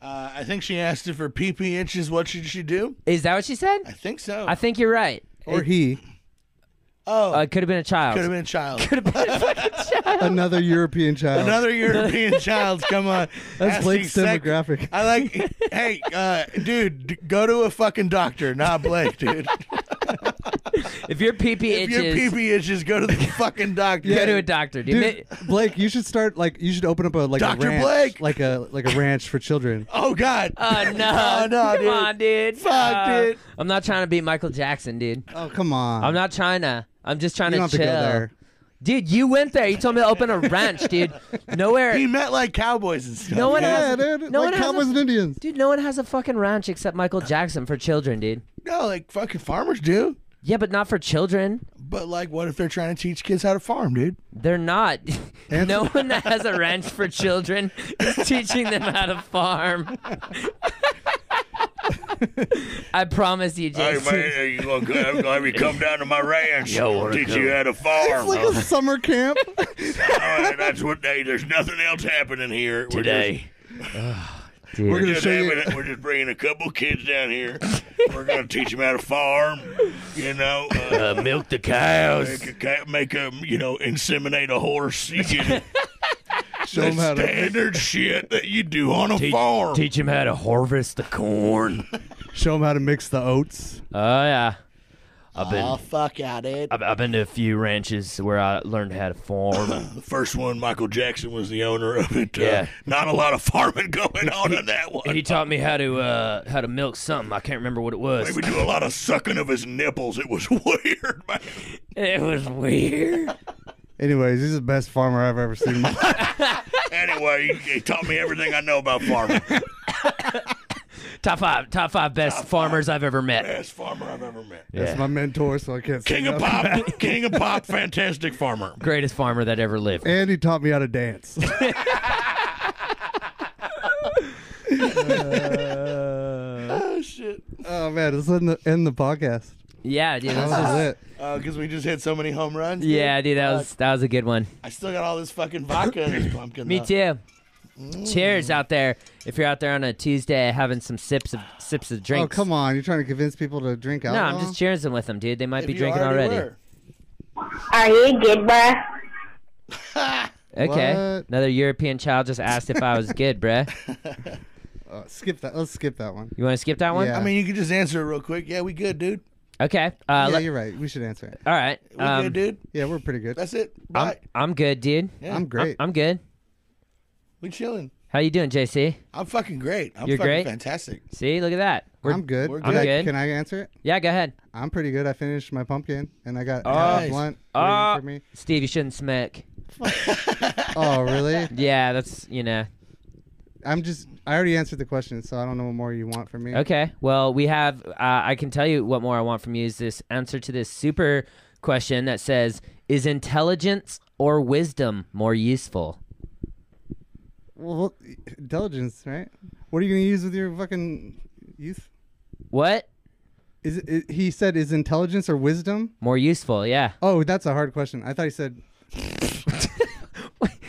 Uh, I think she asked if her pee pee inches. What should she do? Is that what she said? I think so. I think you're right. Or he. oh, Uh, it could have been a child. could have been a child. Another European child. *laughs* Another European child's come on. That's Asking Blake's sec- demographic. I like. Hey, uh, dude, d- go to a fucking doctor, not *laughs* Blake, dude. If your pee pee if itches, your pee pee itches, go *laughs* to the fucking doctor. go to a doctor, dude. Dude, Blake, you should start like you should open up a like Dr. a ranch, Blake! like a like a ranch for children. *laughs* Oh God. Oh no! Oh, no, Come dude. on, dude. Fuck, Uh, dude. I'm not trying to be Michael Jackson, dude. Oh come on! I'm not trying to. I'm just trying You don't have to to chill. go there. Dude, you went there. You told me to open a ranch, dude. Nowhere. He met like cowboys and stuff. No one dude. has- Yeah, dude. No like one has cowboys a- and *laughs* Indians. Dude, no one has a fucking ranch except Michael Jackson for children, dude. No, like fucking farmers do. Yeah, but not for children. But like, what if they're trying to teach kids how to farm, dude? They're not. *laughs* no one that has a ranch for children is teaching them how to farm. I promise you, Jason. are you gonna come, have you come down to my ranch? I'll teach you how to It's *laughs* farm. like a summer camp. All right, that's what they. There's nothing else happening here today. Dude. We're just, show you- having it- we're just bringing a couple kids down here. We're gonna teach them how to farm. You know, uh, milk the cows. Make a, cow- make a you know inseminate a horse. *laughs* You get Show them how to standard shit that you do on a farm. Teach him how to harvest the corn. show 'em how to mix the oats. Oh yeah, I've been fuck yeah, dude. I've, I've been to a few ranches where I learned how to farm. *coughs* The first one, Michael Jackson was the owner of it. Uh, Yeah. Not a lot of farming *laughs* going on in that one. he taught me how to uh, how to milk something. I can't remember what it They was. would do a lot of sucking of his nipples. It was *laughs* weird, man. It was weird. *laughs* Anyways, he's the best farmer I've ever seen. in my life. Anyway, he, he taught me everything I know about farming. top five, top five best farmers I've ever met. Best farmer I've ever met. That's my mentor, so I can't. say King of nothing. *laughs* pop, king of pop, fantastic farmer. Greatest farmer that ever lived. And he taught me how to dance. Oh shit. oh man, let's end the, end the podcast. Yeah, dude. That This *laughs* was is, lit. Because Uh, we just hit so many home runs. dude. yeah, dude. That Fuck. was that was a good one. I still got all this fucking vodka in *coughs* this pumpkin. Me though. too. mm. Cheers out there. If you're out there on a Tuesday having some sips of sips of Oh drinks. come on, you're trying to convince people to drink No, alcohol? I'm just cheering them with them, dude. They might If be you drinking already. were. Are you good, bruh? Okay. What? Another European child just asked if I was good, bruh. Uh, skip that. Let's skip that one. You want to skip that one? Yeah. I mean, you can just answer it real quick. Yeah, we good, dude. Okay. Uh, yeah, le- you're right. We should answer it. all right. We Um, good, dude. Yeah, we're pretty good. That's it. I'm, Bye. I'm good, dude. Yeah. I'm great. I'm, I'm good. We chilling. How you doing, JC? I'm fucking great. I'm You're fucking great? fantastic. See, look at that. We're- I'm good. we're Can good. I- good. Can I answer it? Yeah, go ahead. I'm pretty good. I finished my pumpkin and I got half Nice. a blunt Ah. waiting for me. Steve, you shouldn't smoke. Oh, really? *laughs* Yeah, that's you know. I'm just. I already answered the question, so I don't know what more you want from me. Okay. Well, we have. Uh, I can tell you what more I want from you is this answer to this super question that says, "Is intelligence or wisdom more useful?" Well, intelligence, right? What are you gonna use with your fucking youth? What Is it, it- he said is intelligence or wisdom? more useful? Yeah. *laughs* Oh, that's a hard question. I thought he *laughs* said.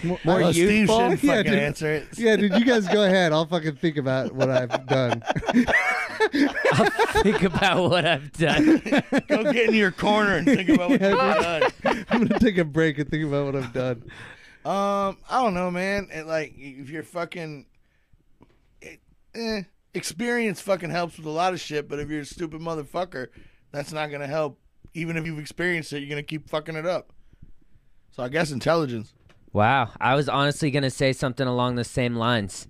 more, more Well, Steve youthful? *laughs* shouldn't Yeah, fucking dude. answer it. Yeah, dude, you guys go ahead. I'll fucking think about what I've *laughs* done. *laughs* Think about what I've done. Go get in your corner and think *laughs* about what Yeah, you've dude. done. *laughs* I'm gonna take a break and think about what I've done. Um, I don't know, man. And like, if you're fucking, it, eh, experience fucking helps with a lot of shit. But if you're a stupid motherfucker, that's not gonna help. Even if you've experienced it, you're gonna keep fucking it up. So I guess intelligence. Wow. I was honestly going to say something along the same lines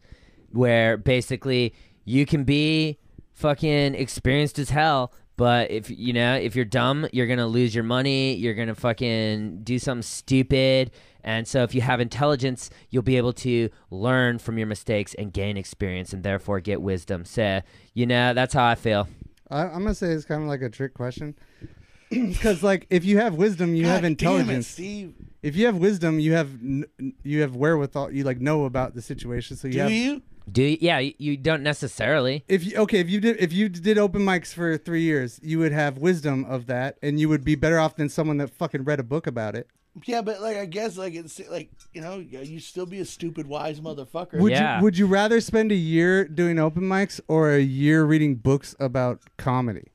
where basically you can be fucking experienced as hell, but if you know, if you're dumb, you're going to lose your money, you're going to fucking do something stupid. And so if you have intelligence, you'll be able to learn from your mistakes and gain experience and therefore get wisdom. So, you know, that's how I feel. I, I'm gonna say it's kind of like a trick question, *clears throat* because like if you have wisdom, you have God Damn it, intelligence. Steve. if you have wisdom, you have n- n- you have wherewithal. You like know about the situation, so you Do have. you? Do you, yeah, you- you don't necessarily. If you, okay, if you did if you did open mics for three years, you would have wisdom of that, and you would be better off than someone that fucking read a book about it. Yeah, but like, I guess like it's like you know, you still be a stupid wise motherfucker. Would Yeah. you Would you rather spend a year doing open mics or a year reading books about comedy?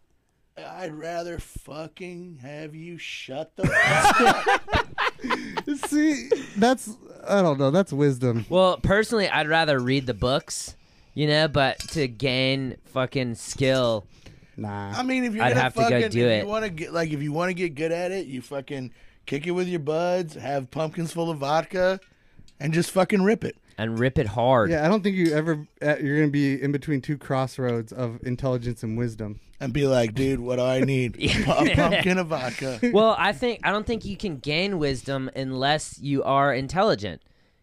I'd rather fucking have you *laughs* shut the fuck up. See, that's I don't know. That's wisdom. Well, personally, I'd rather read the books, you know, but to gain fucking skill. Nah. I mean, if you're I'd gonna have to go fucking, do if it. you want to get like, if you want to get good at it, you fucking kick it with your buds, have pumpkins full of vodka, and just fucking rip it. and rip it hard. Yeah, I don't think you ever uh, you're gonna be in between two crossroads of intelligence and wisdom. And be like, dude, what do *laughs* I need? a pumpkin of vodka. Well, I think I don't think you can gain wisdom unless you are intelligent.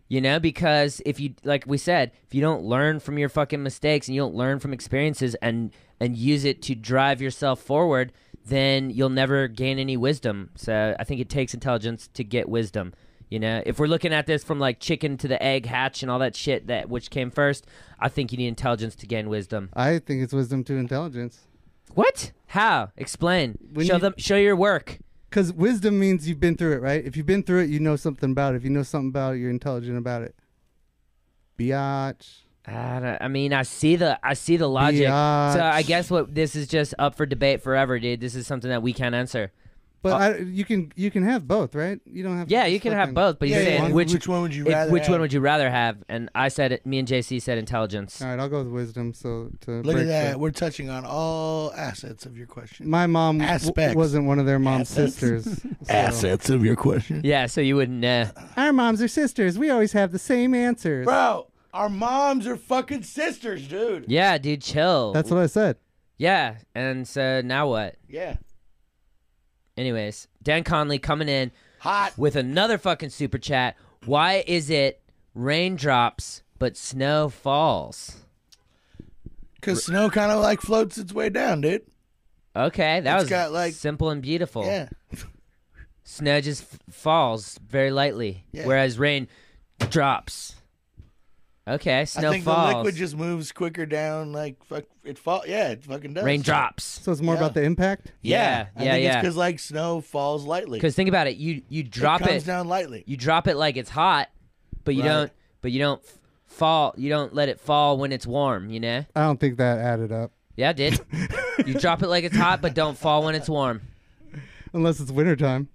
You know, because if you like we said, if you don't learn from your fucking mistakes and you don't learn from experiences and and use it to drive yourself forward, then you'll never gain any wisdom. So I think it takes intelligence to get wisdom. You know, if we're looking at this from like chicken to the egg hatch and all that shit that which came first, I think you need intelligence to gain wisdom. I think it's wisdom to intelligence What? How? Explain. When show you- them show your work. because wisdom means you've been through it, right? If you've been through it, you know something about it. If you know something about it, you're intelligent about it. Biatch. I, don't- I mean, I see the I see the logic. Biatch. So I guess what this is just up for debate forever, dude. This is something that we can't answer. But I, you can you can have both, right? You don't have. to Uh, Yeah, just you can have fucking- both, but you Yeah, said yeah. which Which one would you if- rather which one have? would you rather have? And I said it, me and JC said intelligence. All right, I'll go with wisdom. So to Look break at that. the- We're touching on all assets of your question. My mom w- Aspects. wasn't one of their mom's Assets. *laughs* sisters. so- of your question, Yeah, so you wouldn't know. Our moms are sisters. We always have the same answers. bro. Our moms are fucking sisters, dude. Yeah, dude, chill. That's what I said. yeah, and so now what? Yeah, Anyways, Dan Conley coming in hot. with another fucking super chat. Why is it raindrops but snow falls? Cause snow kind of like floats its way down, dude. Okay, that It's was got, like- simple and beautiful. Yeah, Snow just f- falls very lightly, Yeah. whereas rain drops. Okay, snow I think falls. the liquid just moves quicker down. Like fuck, it fall. Yeah, it fucking does. rain drops. So it's more Yeah. about the impact. Yeah, I yeah, think yeah. It's because like snow falls lightly. Because think about it, you you drop it it, comes down lightly. you drop it like it's hot, but you Right. don't, but you don't f- fall, you don't let it fall when it's warm. You know? I don't think that added up. Yeah, I *laughs* did. you drop it like it's hot, but don't fall when it's warm. Unless it's wintertime.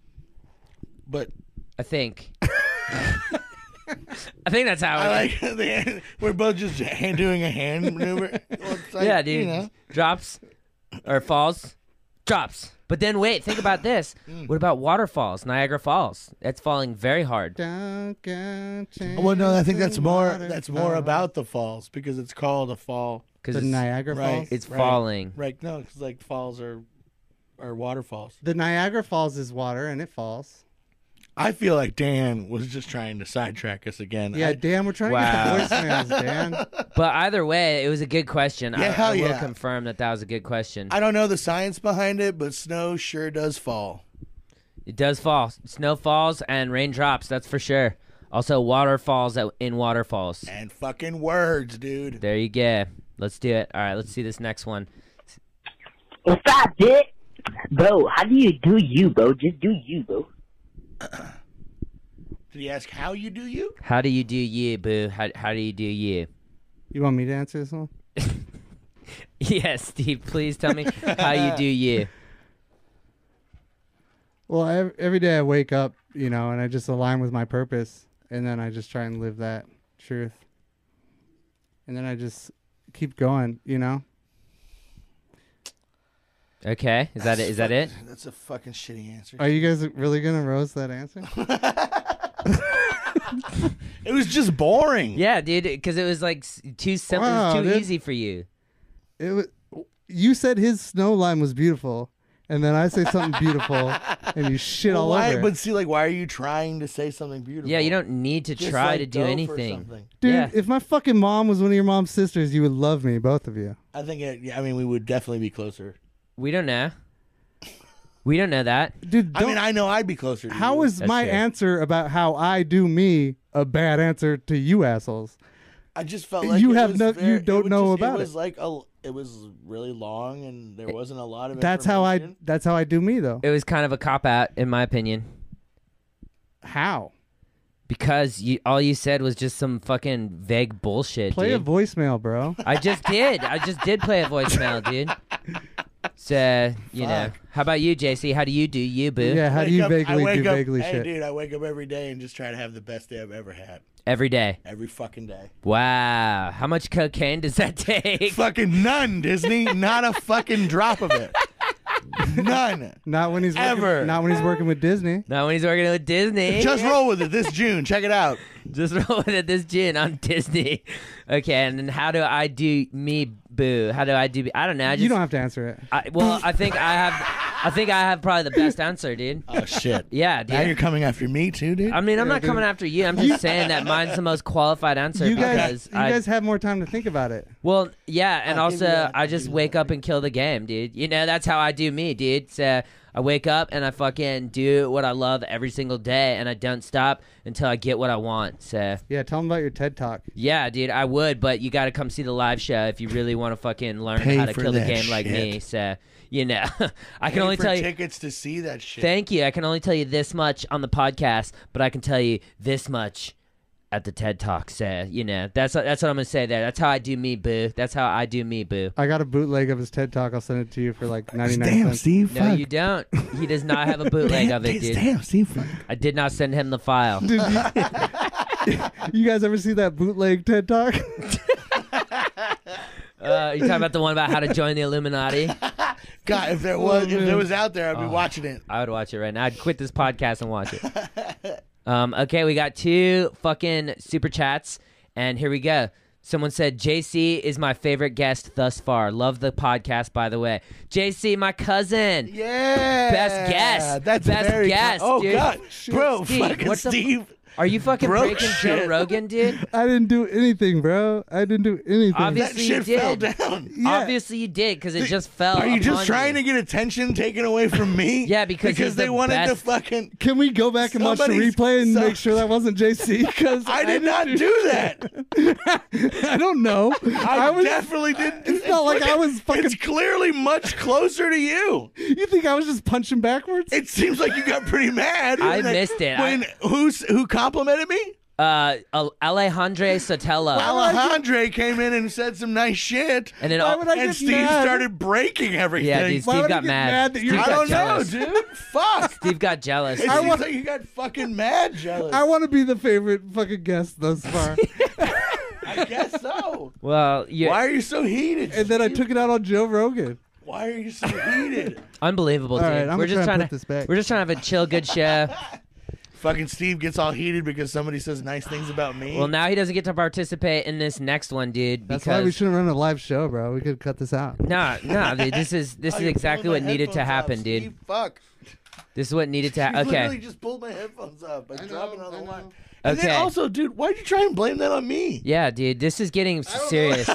But I think. *laughs* I think that's how. I it- like *laughs* the, we're both just hand, doing a hand *laughs* maneuver. Well, it's like, yeah, You dude. know, Drops or falls. Drops. But then wait, think about *laughs* this. Mm. What about waterfalls? Niagara Falls. That's falling very hard. Well, well, no, I think that's more that's more about the falls because it's called a fall. Because the it's, Niagara Right. Falls. it's right. falling. Right? No, because like falls are are waterfalls. The Niagara Falls is water and it falls. I feel like Dan was just trying to sidetrack us again. Yeah, I- Dan, we're trying Wow. to get the voicemails, Dan. *laughs* But either way, it was a good question. I, Yeah, hell I will yeah. confirm that that was a good question. I don't know the science behind it, but snow sure does fall. it does fall. Snow falls and raindrops, that's for sure. Also, waterfalls out- in waterfalls. And fucking words, dude. There you go. Let's do it. All right, let's see this next one. What's up, dick? Bo, how do you do you, Bo? Just do you, Bo. Did he ask how you do you? How do you do you, boo? How, how do you do you? You want me to answer this one? *laughs* Yes, Steve, please tell me how you do *laughs* you. Well, ev- every day I wake up, you know, and I just align with my purpose, and then I just try and live that truth, and then I just keep going, you know. Okay, is that it? Is that it? That's a fucking shitty answer. Are you guys really gonna roast that *laughs* answer? It was just boring. Yeah, dude, because it was like s- too simple, Wow, too dude. easy for you. It was, you said his snow line was beautiful, and then I say something *laughs* beautiful, and you shit all why, over. it. But see, like, why are you trying to say something beautiful? Yeah, you don't need to Just, try like, to do go for anything. something. Dude, yeah. if my fucking mom was one of your mom's sisters, you would love me, both of you. I think. It, yeah, I mean, we would definitely be closer. We don't know. We don't know that. Dude, I don't, mean, I know I'd be closer. To how you. is That's my fair. answer about how I do me a bad answer to you assholes? I just felt like you it have was no- very- you don't it was know just- about It it. was like a. It was really long, and there wasn't a lot of. That's how I. information. That's how I do me though. It was kind of a cop out, in my opinion, How? because you all you said was just some fucking vague bullshit. Play dude. a voicemail, *laughs* bro. I just did. I just did play a voicemail, dude. *laughs* So you know, how about you, JC? How do you do you, boo? yeah. How do you Wake up- I vaguely wake do up- vaguely hey, shit? dude, I wake up every day and just try to have the best day I've ever had. Every day. Every *laughs* fucking day. Wow. How much cocaine does that *laughs* take? fucking none, Disney. Not a fucking drop of *laughs* it. None. Not when he's working, Ever. Not when he's working with Disney. Not when he's working with Disney. Just roll with it this June. Check it out. Just *laughs* roll with it this gin on Disney. Okay, and then how do I do me boo? How do I do? I don't know. I just, you don't have to answer it. I, well, I think I have. I think I have probably the best answer, dude. Oh shit. Yeah, dude. Now you're coming after me too, dude. I mean, I'm not coming after you. I'm just saying that mine's the most qualified answer You because guys, you I, guys have more time to think about it. well, yeah, and I'll give you also that. I just wake up and kill the game, dude. You know, that's how I do me, dude. So I wake up and I fucking do what I love every single day, and I don't stop until I get what I want. So Yeah, tell them about your TED talk. Yeah, dude, I would, but you got to come see the live show if you really want to fucking learn Pay how to for kill the that game like me. shit. So, you know, *laughs* I can only for tell you. tickets to see that shit. Thank you. I can only tell you this much on the podcast, but I can tell you this much at the TED Talk. So, you know, that's that's what I'm gonna say there. That's how I do me, boo. That's how I do me, boo. I got a bootleg of his TED talk. I'll send it to you for like ninety nine Damn, cents. Steve. No, you don't. He does not *laughs* have a bootleg of it, dude. Damn, Steve. *laughs* Fuck. I did not send him the file. Dude, you, you guys ever see that bootleg TED talk? *laughs* Uh, you talking about the one about how to join the *laughs* Illuminati? God, if there was, if man. there was out there, Oh, I'd be watching it. I would watch it right now. I'd quit this podcast and watch it. um, okay, we got two fucking super chats, and here we go. Someone said, JC is my favorite guest thus far. Love the podcast, by the way. JC, my cousin. Yeah. Best guess. That's Best very guess, Oh dude. God, bro, Steve, fucking what the fu- Steve. Are you fucking Broke breaking Joe shit. Rogan, *laughs* dude? I didn't do anything, bro. I didn't do anything. Obvious- that Obviously shit you fell did. down. Yeah. Obviously, you did because it just fell. Are you upon just trying to get attention taken away from *laughs* me? Yeah, because he's they the wanted to best. fucking. Can we go back and watch the Somebody's- replay and some- make sure that wasn't JC? Because *laughs* I did not do that. *laughs* *laughs* I don't know. I, I was. *laughs* definitely didn't. It's not like I was fucking. It's clearly much closer to you. You think I was just punching backwards? It seems like you got pretty mad. I when they- missed it. I- When who's who complimented me? uh, Al- Alejandre Sotelo. Alejandre came in and said some nice shit. and then Why all, would I and get Steve mad? started breaking everything. yeah, dude, Why Steve would I got get mad. mad that you're- Steve I got don't know, jealous. dude. Fuck. Steve got jealous. I was like, you got fucking mad jealous. I want to be the favorite fucking guest thus *laughs* far. I guess so. well, you Why are you so heated? and then I took it out on Joe Rogan. Why are you so heated? unbelievable, All dude. right, I'm we're gonna just try trying and to put this back. we're just trying to have a chill, *laughs* good show. Fucking Steve gets all heated because somebody says nice things about me. well, now he doesn't get to participate in this next one, dude. That's why because we shouldn't run a live show, bro. We could cut this out. No, no, dude. This *laughs* is this Oh, is you're exactly pulling what my needed to headphones off, happen, dude. Steve. Fuck. This is what needed to You happen. literally Okay, just pulled my headphones off by know, dropping on the I know. line. And Okay. then also, dude, why'd you try and blame that on me? yeah, dude. This is getting serious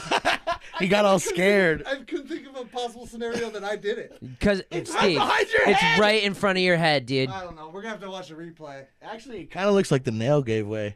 He *laughs* got all scared. *laughs* I couldn't think of a possible scenario that I did it. because It's right Steve, behind your it's head! right in front of your head, dude. Oh, I don't know. We're gonna have to watch a replay. Actually, it kind of looks like the nail gave way.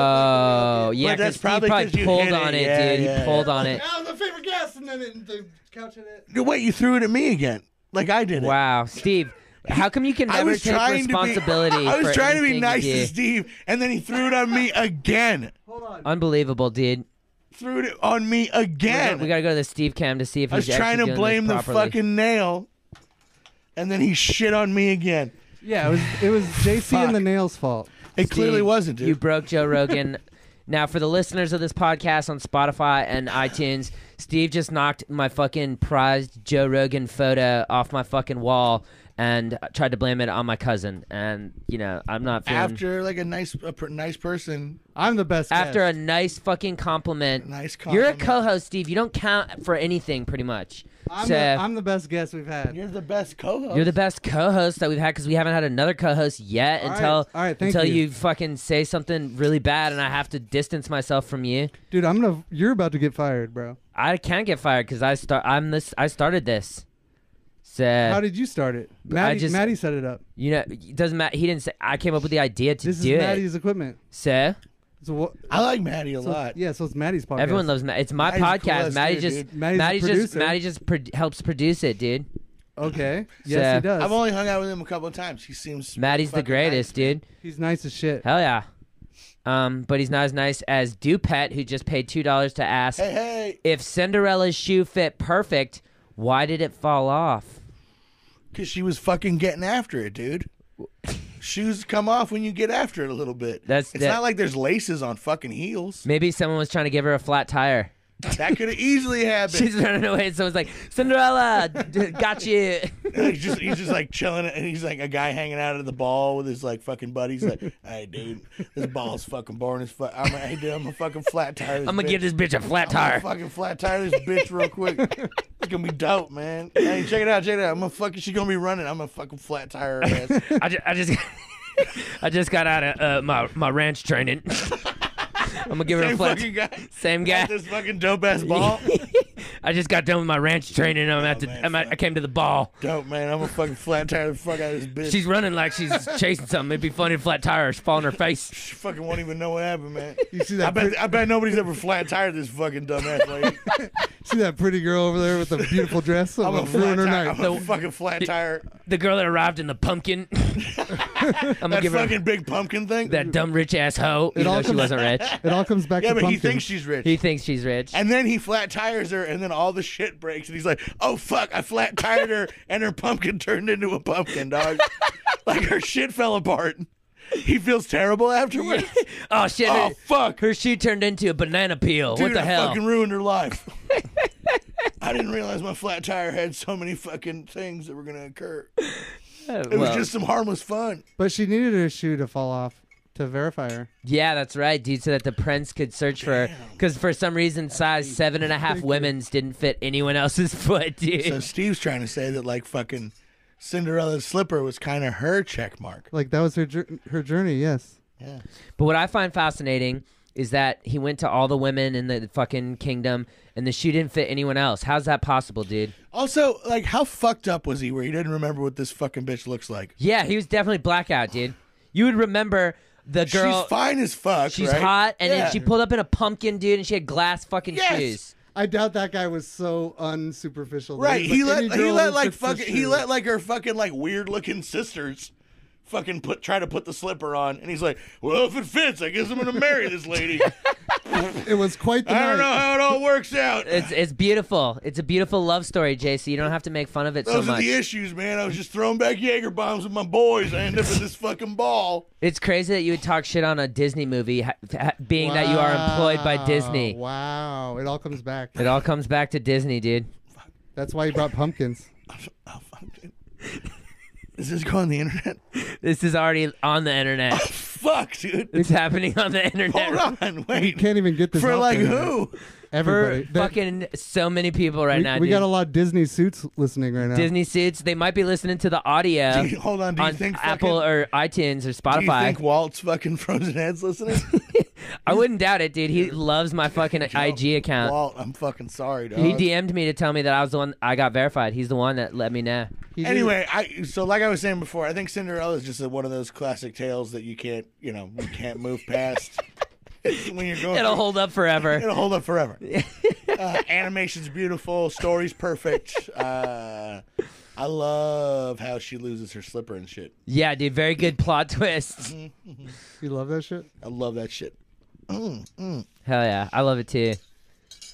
Oh, yeah, But that's because probably he probably 'cause you pulled hit on it. it, Yeah, dude. yeah, he pulled yeah. on *laughs* it. I'm the favorite guest, and then it, the couch in it. No, Wait, you threw it at me again. Like I did it. Wow, Steve. How come you can I never was take trying responsibility? to be, I was for trying to be anything nice you to do? Steve, and then he threw it on *laughs* me again. Hold on. Unbelievable, dude. Threw it on me We again. gotta, we gotta go to the Steve cam to see if I was he's trying actually to doing blame this the properly. fucking nail, and then he shit on me again. Yeah, it was it was JC Fuck. and the nails' fault. It clearly Steve, wasn't, dude. You broke Joe Rogan. *laughs* now, for the listeners of this podcast on Spotify *sighs* and iTunes, Steve just knocked my fucking prized Joe Rogan photo off my fucking wall and tried to blame it on my cousin. And you know, I'm not feeling After like a nice, a per, nice person, I'm the best. after a guest. nice fucking compliment. nice. You're a compliment. co-host, Steve. You don't count for anything, pretty much. I'm, so the, I'm the best guest we've had. You're the best co-host. you're the best co-host that we've had because we haven't had another co-host yet All right, until all right, thank until you. fucking say something really bad and I have to distance myself from you. Dude, I'm gonna. You're about to get fired, bro. I can get fired because I start. I'm this. I started this. So How did you start it? Maddie, just- Maddie set it up. you know, it doesn't matter. He didn't say. I came up with the idea to This is do it. Maddie's equipment. so So what? I like Maddie a so- lot. yeah, so it's Maddie's podcast. everyone loves. Ma- it's my Maddie's the podcast. coolest Maddie dude, just. dude. Maddie's Maddie the just. producer. Maddie just pro- helps produce it, dude. *laughs* Okay. Yes, So- he does. I've only hung out with him a couple of times. He seems Maddie's the fucking greatest, dude. He's nice as shit. Hell yeah. Um, but he's not as nice as Dupet, who just paid two dollars to ask Nice. Hey, hey, if Cinderella's shoe fit perfect. Why did it fall off? because she was fucking getting after it, dude. Shoes come off when you get after it a little bit. That's- it's that- not like there's laces on *laughs* fucking heels. Maybe someone was trying to give her a flat tire. *laughs* That could have easily happened. She's running away, and someone's like, Cinderella, d- got *laughs* you. *laughs* he's just he's just like chilling, and he's like a guy hanging out at the ball with his like fucking *laughs* buddies. Like, hey dude, this ball's fucking boring as fuck. I'm a, hey dude, I'm a fucking flat tire. I'm gonna bitch. give this bitch a flat I'm gonna tire. fucking flat tire this bitch real quick. It's gonna be dope, man. Hey, check it out, check it out. I'm gonna fucking she's gonna be running. I'm gonna fucking flat tire her *laughs* ass. I just, I just, I just got *laughs* out of uh, my my ranch training. *laughs* I'm gonna give her a Same flat. fucking guy. *laughs* Same Got guy. this fucking dope ass *laughs* ball. I just got done with my ranch training. I'm at the. Oh, man, I'm at, fuck. I came to the ball. dope, man. I'm gonna fucking flat tire the fuck out of this bitch. She's running like she's *laughs* chasing something. It'd be funny if flat tires fall on her face. she fucking won't even know what *laughs* happened, man. You see I that? bet Pretty, I bet nobody's ever flat tired this fucking *laughs* dumbass lady. *laughs* see that pretty girl over there with the beautiful dress? I'm, *laughs* I'm a gonna ruin flat her tire. night. I'm a fucking flat tire. The girl that arrived in the pumpkin. *laughs* I'm gonna That give her fucking big pumpkin thing. that dumb rich ass hoe. You all know she comes- wasn't *laughs* rich. It all comes back yeah, to but he pumpkin. thinks she's rich. He thinks she's rich. and then he flat tires her, and then all the shit breaks, and he's like, "Oh fuck, I flat *laughs* tired her, and her pumpkin turned into a pumpkin, dog. like her shit fell apart. He feels terrible afterwards. oh shit! Oh her- fuck, Her shoe turned into a banana peel. dude, what the I hell? fucking ruined *laughs* her life. I didn't realize my flat tire had so many fucking things that were gonna occur. It Uh, was well, just some harmless fun. But she needed her shoe to fall off to verify her. yeah, that's right, dude. So that the prince could search for, because for some reason, size seven and a half women's didn't fit anyone else's *laughs* foot, So dude. Steve's trying to say that like fucking Cinderella's slipper was kind of her check mark. Like that was her jour- her journey. Yes. Yeah. But what I find fascinating is that he went to all the women in the fucking kingdom, and the shoe didn't fit anyone else. How's that possible, dude? Also, like, how fucked up was he where he didn't remember what this fucking bitch looks like? Yeah, he was definitely blackout, dude. You would remember the girl. she's fine as fuck. she's right? hot, and Yeah. then she pulled up in a pumpkin, dude, and she had glass fucking Yes. shoes. I doubt that guy was so unsuperficial. that Right, was he like, let any he girl let who like fits this fucking he shoe. let like her fucking like weird looking sisters fucking put try to put the slipper on, and he's like, "Well, if it fits, I guess I'm gonna marry this *laughs* lady." It was quite the I don't know night. how it all works out. It's it's beautiful. It's a beautiful love story, JC. You don't have to make fun of it Those so are much. the issues, man. I was just throwing back Jaeger bombs with my boys. I end up with this fucking ball. *laughs* It's crazy that you would talk shit on a Disney movie, ha- ha- being that you are employed by Disney. Wow. wow. It all comes back. It all comes back to Disney, dude. That's why he brought pumpkins. Oh, fuck, dude. Is this going on the internet? *laughs* Oh, This is already on the internet. Fuck, dude. It's happening on the internet. Hold on, We wait. can't even get this For off like the internet. who? For Everybody. That- fucking so many people right we, now, we dude. got a lot of Disney suits listening right now. Disney suits. They might be listening to the audio Dude, hold on. Do you on think Apple fucking, or iTunes or Do you Spotify. think Walt's fucking *laughs* frozen *laughs* heads listening? I wouldn't doubt it, dude. He loves my fucking IG account. Walt, I'm fucking sorry, dog. He DM'd me to tell me that I was the one I got verified. He's the one that let me know. He did- Anyway, I so like I was saying before, I think Cinderella is just a, one of those classic tales that you can't, you know, you can't move *laughs* past. It's when you're going, It'll through- hold up forever. Oh, *laughs* it'll hold up *laughs* forever. uh, animation's beautiful, story's perfect. Uh, I love how she loses her slipper and shit. Yeah, dude. Very good plot twists. Mm-hmm. you love that shit? I love that shit. Hell yeah, I love it too.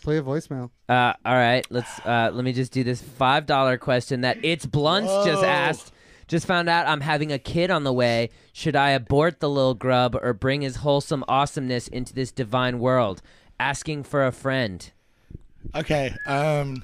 Play a voicemail. Uh, all right, let's uh, let me just do this five dollar question that it's blunts just Whoa. asked. Just found out I'm having a kid on the way. Should I abort the little grub or bring his wholesome awesomeness into this divine world? Asking for a friend. Okay, um,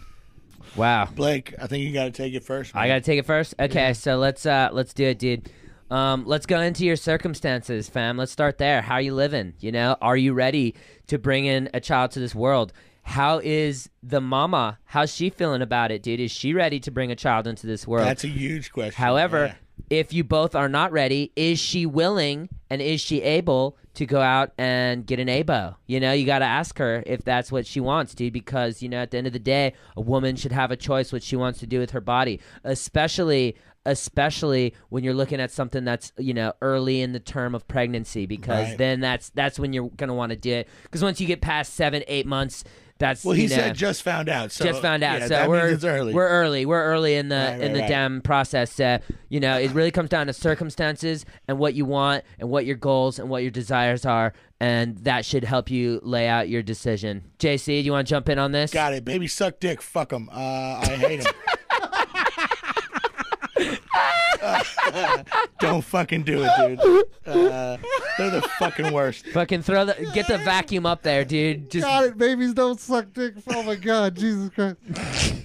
Wow. Blake, I think you got to take it first. I gotta take it first. Okay, so let's uh let's do it, dude. Um, let's go into your circumstances, fam. Let's start there. How you living? You know, are you ready to bring in a child to this world? How is the mama? How's she feeling about it, dude? Is she ready to bring a child into this world? That's a huge question. However, yeah. if you both are not ready, is she willing and is she able to go out and get an abo? You know, you got to ask her if that's what she wants, dude, because, you know, at the end of the day, a woman should have a choice what she wants to do with her body, especially especially when you're looking at something that's you know early in the term of pregnancy because Right. then that's that's when you're gonna want to do it because once you get past seven eight months that's well, he you know, said just found out. So just found out. yeah, so that we're means it's early. we're early. We're early in the Right, in right, the right. damn process. Uh, you know, it really comes down to circumstances and what you want and what your goals and what your desires are, and that should help you lay out your decision. JC, do you want to jump in on this? Got it, baby. Suck dick. Fuck him. Uh, I hate him. *laughs* don't fucking do it, dude. Uh, they're the fucking worst. Fucking throw the get the vacuum up there, *laughs* dude. Just Got it, babies don't suck dick. Oh my god, Jesus Christ.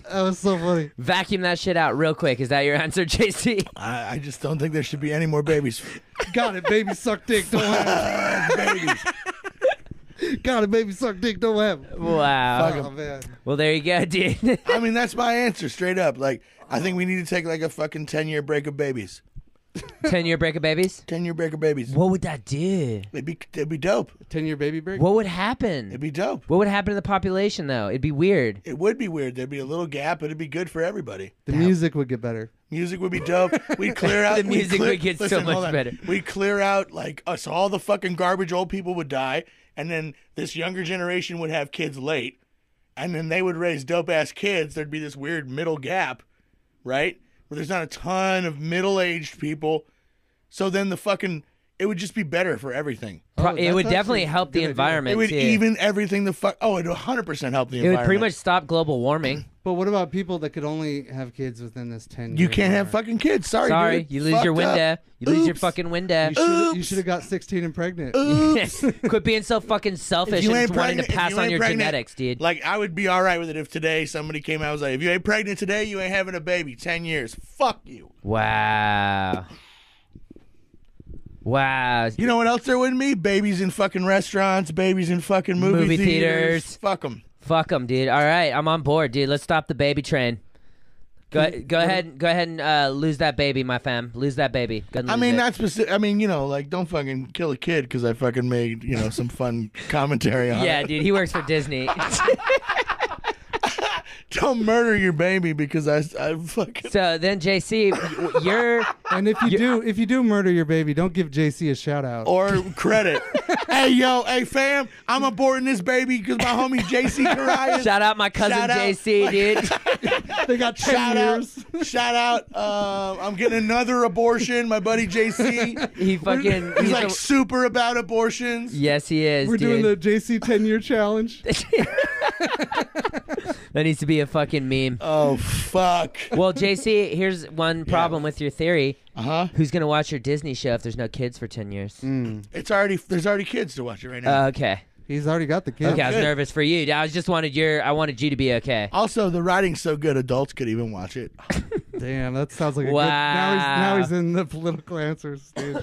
That was so funny. vacuum that shit out real quick. Is that your answer, *laughs* JC? I, I just don't think there should be any more babies. Got it, baby suck dick, don't have babies. it. Got it, baby suck dick, don't have it. Wow. Oh man. Well, there you go, *laughs* dude. I mean, that's my answer, straight up. Like, I think we need to take like a fucking ten year break of babies. Ten year break of babies. Ten year break of babies. What would that do? It'd be it'd be dope. Ten year baby break? What would happen? It'd be dope. what would happen to the population though? It'd be weird. It would be weird. There'd be a little gap. It'd be good for everybody. The music would get better. Music would be dope. *laughs* We'd clear out The we'd music clear- would get so Listen, much hold on. better. We'd clear out like us all the fucking garbage old people would die, and then this younger generation would have kids late, and then they would raise dope ass kids. There'd be this weird middle gap, right? Where there's not a ton of middle aged people. So then the fucking it would just be better for everything. Pro- Oh, it that's would definitely actually help the a good idea. environment. It would too. even everything the fuck oh, it would hundred percent help the It would environment. pretty much stop global warming. But what about people that could only have kids within this ten you year can't have mark? fucking kids. Sorry, Sorry, dude. you lose Fucked your up. window. You lose your Oops. fucking window. You should've- You should have got sixteen and pregnant. *laughs* Quit being so fucking selfish If you and ain't wanting to pregnant- if pass you on ain't your pregnant- genetics, dude. Like I would be all right with it if today somebody came out and was like, if you ain't pregnant today, you ain't having a baby. Ten years. Fuck you. Wow. Wow. You know what else there wouldn't be? Babies in fucking restaurants, babies in fucking movie, Movie theaters. theaters. Fuck them. Fuck them, dude. All right, I'm on board, dude. Let's stop the baby train. Go, go ahead, go ahead and uh, lose that baby, my fam. Lose that baby. Go ahead and I lose mean, it. not specific. I mean, you know, like don't fucking kill a kid because I fucking made you know *laughs* some fun commentary on Yeah, it. dude. He works *laughs* for Disney. Don't murder your baby because I, I fucking. so then, JC, you're And if you do if you do murder your baby, don't give JC a shout out. Or *laughs* credit. hey yo, hey fam, I'm aborting this baby because my homie JC *laughs* Carayas. shout out my cousin Shout out. JC, dude. they got ten Shout out, *laughs* years. Shout out! Uh, I'm getting another abortion. My buddy JC, He fucking. he's he's like the- super about abortions. yes, he is. We're doing dude. the JC 10 year *laughs* challenge. *laughs* That needs to be a fucking meme. Oh fuck! Well, JC, here's one problem with your theory. Uh huh. Who's gonna watch your Disney show if there's no kids for ten years? Mm. It's already there's already kids to watch it right now. Uh, okay. He's already got the kid. Okay, I was Oh, good. nervous for you. I was just wanted your. I wanted you to be okay. also, the writing's so good, adults could even watch it. Damn, that sounds like a Wow. good. Now he's, now he's in the political answer stage.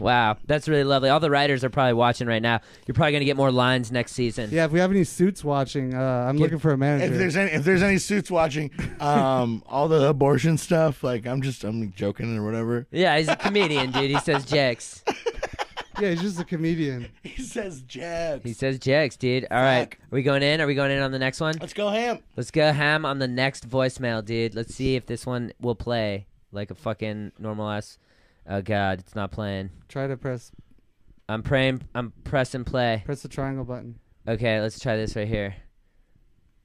Wow, that's really lovely. All the writers are probably watching right now. You're probably gonna get more lines next season. yeah, if we have any suits watching, uh, I'm looking for a If manager. there's any if there's any suits watching, um, all the abortion stuff, like I'm just I'm joking or whatever. *laughs* Yeah, he's a comedian, dude. He says Jex. Yeah, he's just a comedian. He says jabs. He says Jex, dude. All right, Fuck. are we going in? Are we going in on the next one? Let's go ham. Let's go ham on the next voicemail, dude. Let's see if this one will play like a fucking normal ass. Oh god, it's not playing. Try to press I'm praying. I'm pressing play. press the triangle button. Okay, let's try this right here.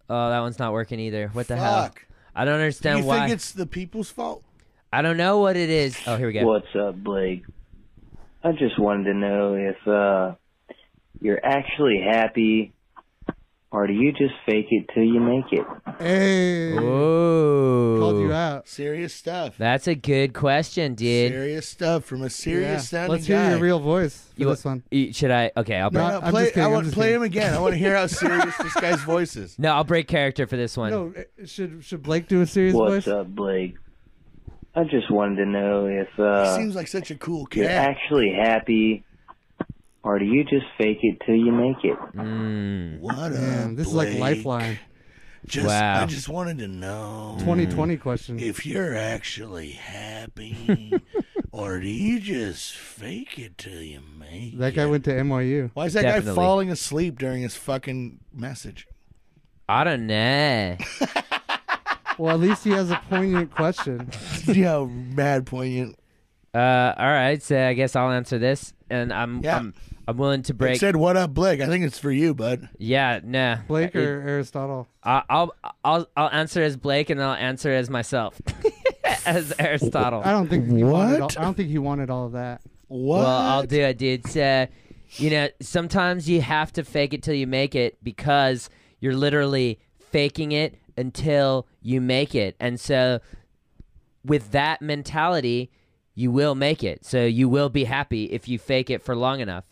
Oh, that one's not working either. What the hell? Fuck. I don't understand you why. think it's the people's fault? I don't know what it is. Oh, here we go. What's up, Blake? I just wanted to know if uh you're actually happy or do you just fake it till you make it? Hey, Whoa. called you out. Serious stuff. That's a good question, dude. serious stuff from a Yeah. serious sounding Let's hear guy. your real voice for You- this one. E- Should I? Okay, I'll break. No, No, no, I'm play, just kidding, I I'm want to just play kidding. him again. I want to *laughs* hear how serious this guy's voice is. I'll break character for this one. No, uh, should should Blake do a serious What's voice? up, Blake? I just wanted to know if He uh seems like such a cool you're cat. actually happy or do you just fake it till you make it? Mm. What a Damn, this Blake. is like Lifeline Just, Wow. I just wanted to know Mm. 2020 question. if you're *laughs* actually happy, or do you just fake it till you make That it? guy went to NYU. Why is that guy Definitely. falling asleep during his fucking message? *laughs* I don't know. Well, at least he has a poignant question. Yo, mad poignant. Uh, all right, so I guess I'll answer this, and I'm Yeah. I'm, I'm willing to It break. said, "What up, Blake?" I think it's for you, bud. yeah, nah. Blake It- or Aristotle? I- I'll I'll I'll answer as Blake, and I'll answer as myself, *laughs* as Aristotle. I don't think he wanted all, What? I don't think he wanted all of that. What? Well, I'll do it, dude. So, you know, sometimes you have to fake it till you make it because you're literally faking it until you make it. And so, with that mentality, you will make it. So, you will be happy if you fake it for long enough.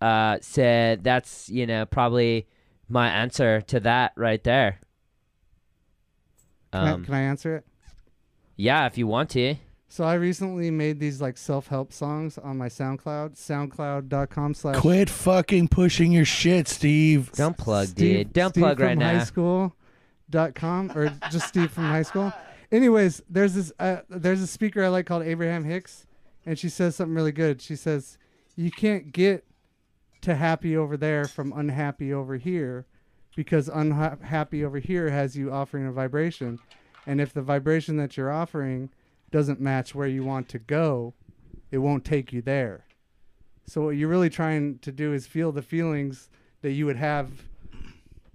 Uh, so, that's, you know, probably my answer to that right there. Can, I, Um, can I answer it? yeah, if you want to. So I recently made these like self-help songs on my SoundCloud, soundcloud.com slash Quit fucking pushing your shit, Steve. Don't plug, Steve- dude. Don't Steve plug right from now. High school dot com or just Steve from high school. Anyways, there's this uh, there's a speaker I like called Abraham Hicks, and she says something really good. She says, "You can't get to happy over there from unhappy over here, because unhappy over here has you offering a vibration, and if the vibration that you're offering doesn't match where you want to go, it won't take you there." So what you're really trying to do is feel the feelings that you would have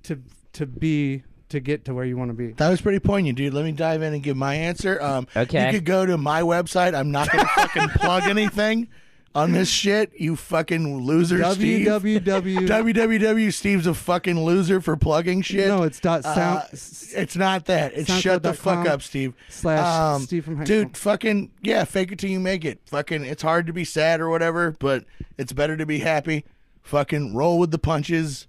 to to be to get to where you want to be. That was pretty poignant, dude. Let me dive in and give my answer. Um, Okay. You could go to my website. I'm not going to fucking plug anything on this shit, you fucking loser, Steve. www. www. Steve's a fucking loser for plugging shit. no, it's dot sound. Uh, it's not that. It's shut the fuck SoundCloud.com up, Steve. Um, slash Steve from high dude, fucking yeah, fake it till you make it. Fucking, it's hard to be sad or whatever, but it's better to be happy. Fucking roll with the punches.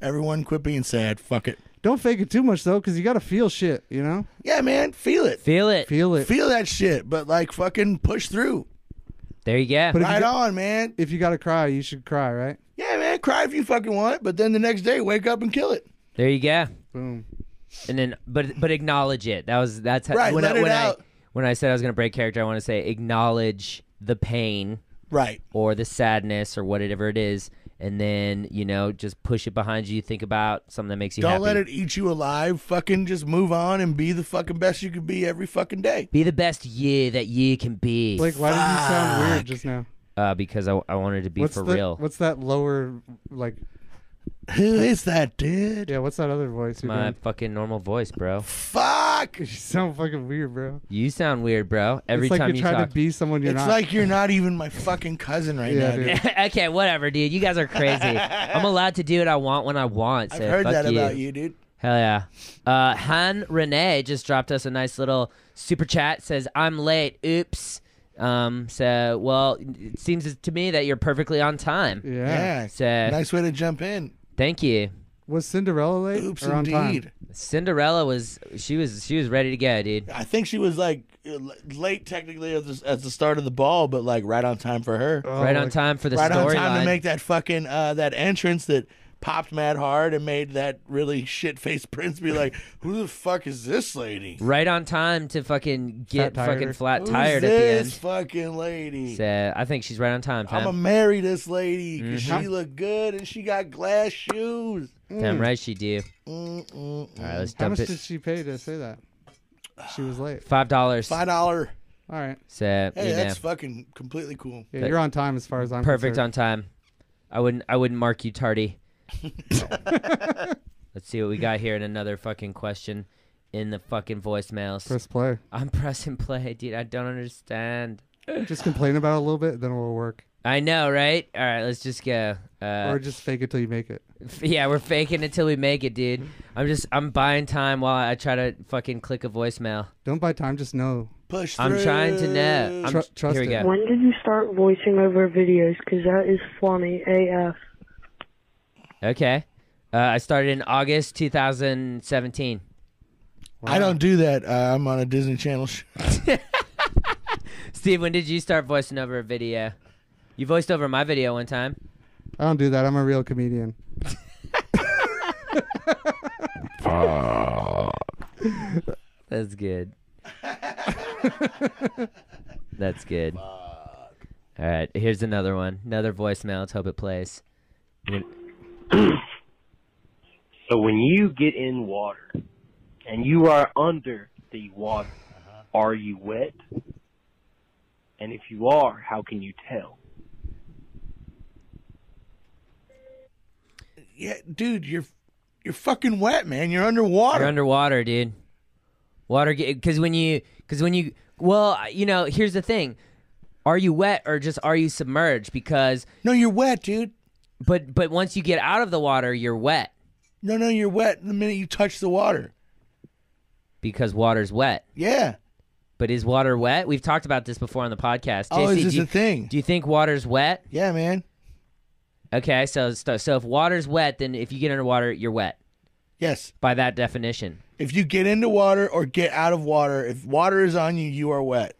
Everyone, quit being sad. Fuck it. Don't fake it too much though, because you gotta feel shit. You know, Yeah, man, feel it. Feel it. feel it. Feel that shit, but like fucking push through. there you go. But if you, Right got- on, man. if you gotta cry, you should cry, right? Yeah, man, cry if you fucking want, but then the next day wake up and kill it. There you go. Boom. and then but but acknowledge it. That was that's how, Right, when let I, it when out. I when I said I was gonna break character. I want to say acknowledge the pain Right. or the sadness or whatever it is, and then you know just push it behind you. Think about something that makes you Don't happy. let it eat you alive. Fucking just move on and be the fucking best you could be every fucking day. be the best year that you can be. Blake, why did you sound weird just now? uh, because I, I wanted to be what's for the, real. What's that lower like? Who is that dude? Yeah, what's that other voice? you're My doing? *laughs* fucking normal voice, bro. Fuck! You sound fucking weird, bro. You sound weird, bro. Every it's like time you're you trying talk. to be someone you're it's not. like you're not even my fucking cousin right Yeah, now, dude. dude. *laughs* okay, whatever, dude. You guys are crazy. *laughs* I'm allowed to do what I want when I want. So I've heard fuck that you. about you, dude. Hell yeah. Uh, Han Renee just dropped us a nice little super chat. Says, I'm late. Oops. Um, so, well, it seems to me that you're perfectly on time. yeah. *laughs* Yeah. So, Nice way to jump in. thank you. Was Cinderella late? Oops, or on time? indeed. Cinderella was, she was, she was ready to go, dude. I think she was like l- late technically at the, at the start of the ball, but like right on time for her. Oh, right like- on time for the right on time storyline. to make that fucking uh, that entrance that popped mad hard and made that really shit faced *laughs* prince be like, "Who the fuck is this lady? right on time to fucking get tired. fucking flat Who's tired at the this end. fucking lady? So, I think she's right on time, I'm fam. gonna marry this lady 'cause Mhm. she look good and she got glass shoes. Damn right she do. Mm-mm. All right, let's How dump much it. did she pay to say that? She was late. Five dollars. Five dollar. All right. So Hey, you know, that's fucking completely cool. Yeah, That- you're on time as far as I'm perfect concerned. on time. I wouldn't. I wouldn't mark you *laughs* tardy. Let's see what we got here in another fucking question in the fucking voicemails. Press play. I'm pressing play, dude. I don't understand. Just complain about it a little bit, then it will work. I know, right? All right, let's just go. Uh, or just fake it till you make it. f- yeah, we're faking it till we make it, dude. I'm just. I'm buying time while I try to fucking click a voicemail. Don't buy time, just know. Push. I'm trying to know. I'm, Tru- tr- trust here we it. go. When did you start voicing over videos? Because that is funny AF. Okay. Uh, I started in August 2017. I don't do that. Uh, I'm on a Disney Channel show. Steve, when did you start voicing over a video? You voiced over my video one time. I don't do that. I'm a real comedian. That's *laughs* good. That's good. All right, here's another one. Another voicemail. Let's hope it plays. So when you get in water and you are under the water, are you wet? And if you are, how can you tell? Yeah, dude, you're you're fucking wet, man. You're underwater. You're underwater, dude. Water, because when you, because when you, well, you know, here's the thing: are you wet or just are you submerged? Because, no, you're wet, dude. but, but once you get out of the water, you're wet No, no, you're wet the minute you touch the water. because water's wet. Yeah. But is water wet? We've talked about this before on the podcast. oh, JC, is this do you- a thing? Do you think water's wet? yeah, man. Okay, so so so if water's wet, then if you get underwater, you're wet Yes. by that definition. If you get into water or get out of water, if water is on you, you are wet.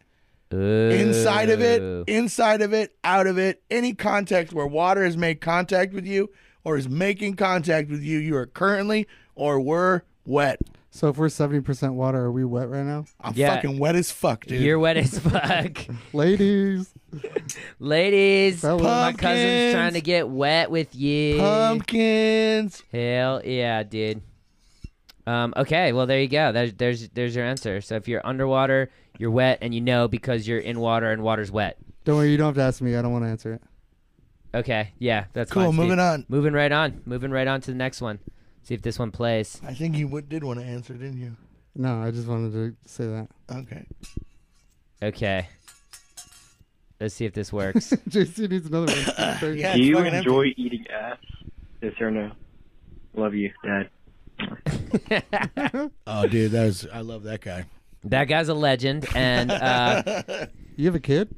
Inside of Ooh. it, inside of it, out of it, any context where water has made contact with you or is making contact with you, you are currently or were wet. So if we're 70% water, are we wet right *laughs* now? I'm Yeah. fucking wet as fuck, dude. you're wet as *laughs* fuck, Ladies. ladies. Fellas. My cousin's Pumpkins. trying to get wet with you. Pumpkins. Hell yeah, dude. Um, okay, well there you go. There's, there's there's your answer. So if you're underwater, you're wet, and you know because you're in water and water's wet. Don't worry, you don't have to ask me. I don't want to answer it. Okay, yeah, that's Cool, Fine, Steve. moving on. Moving right on. Moving right on to the next one. See if this one plays. I think you would, did want to answer, didn't you? No, I just wanted to say that. *laughs* Okay. Okay. Let's see if this works. *laughs* *laughs* JC needs another *coughs* one. Yeah, it's Do you fucking empty. enjoy eating ass? Yes or no? Love you, Dad. Oh, dude, that was I love that guy. That guy's a legend, and uh, You have a kid?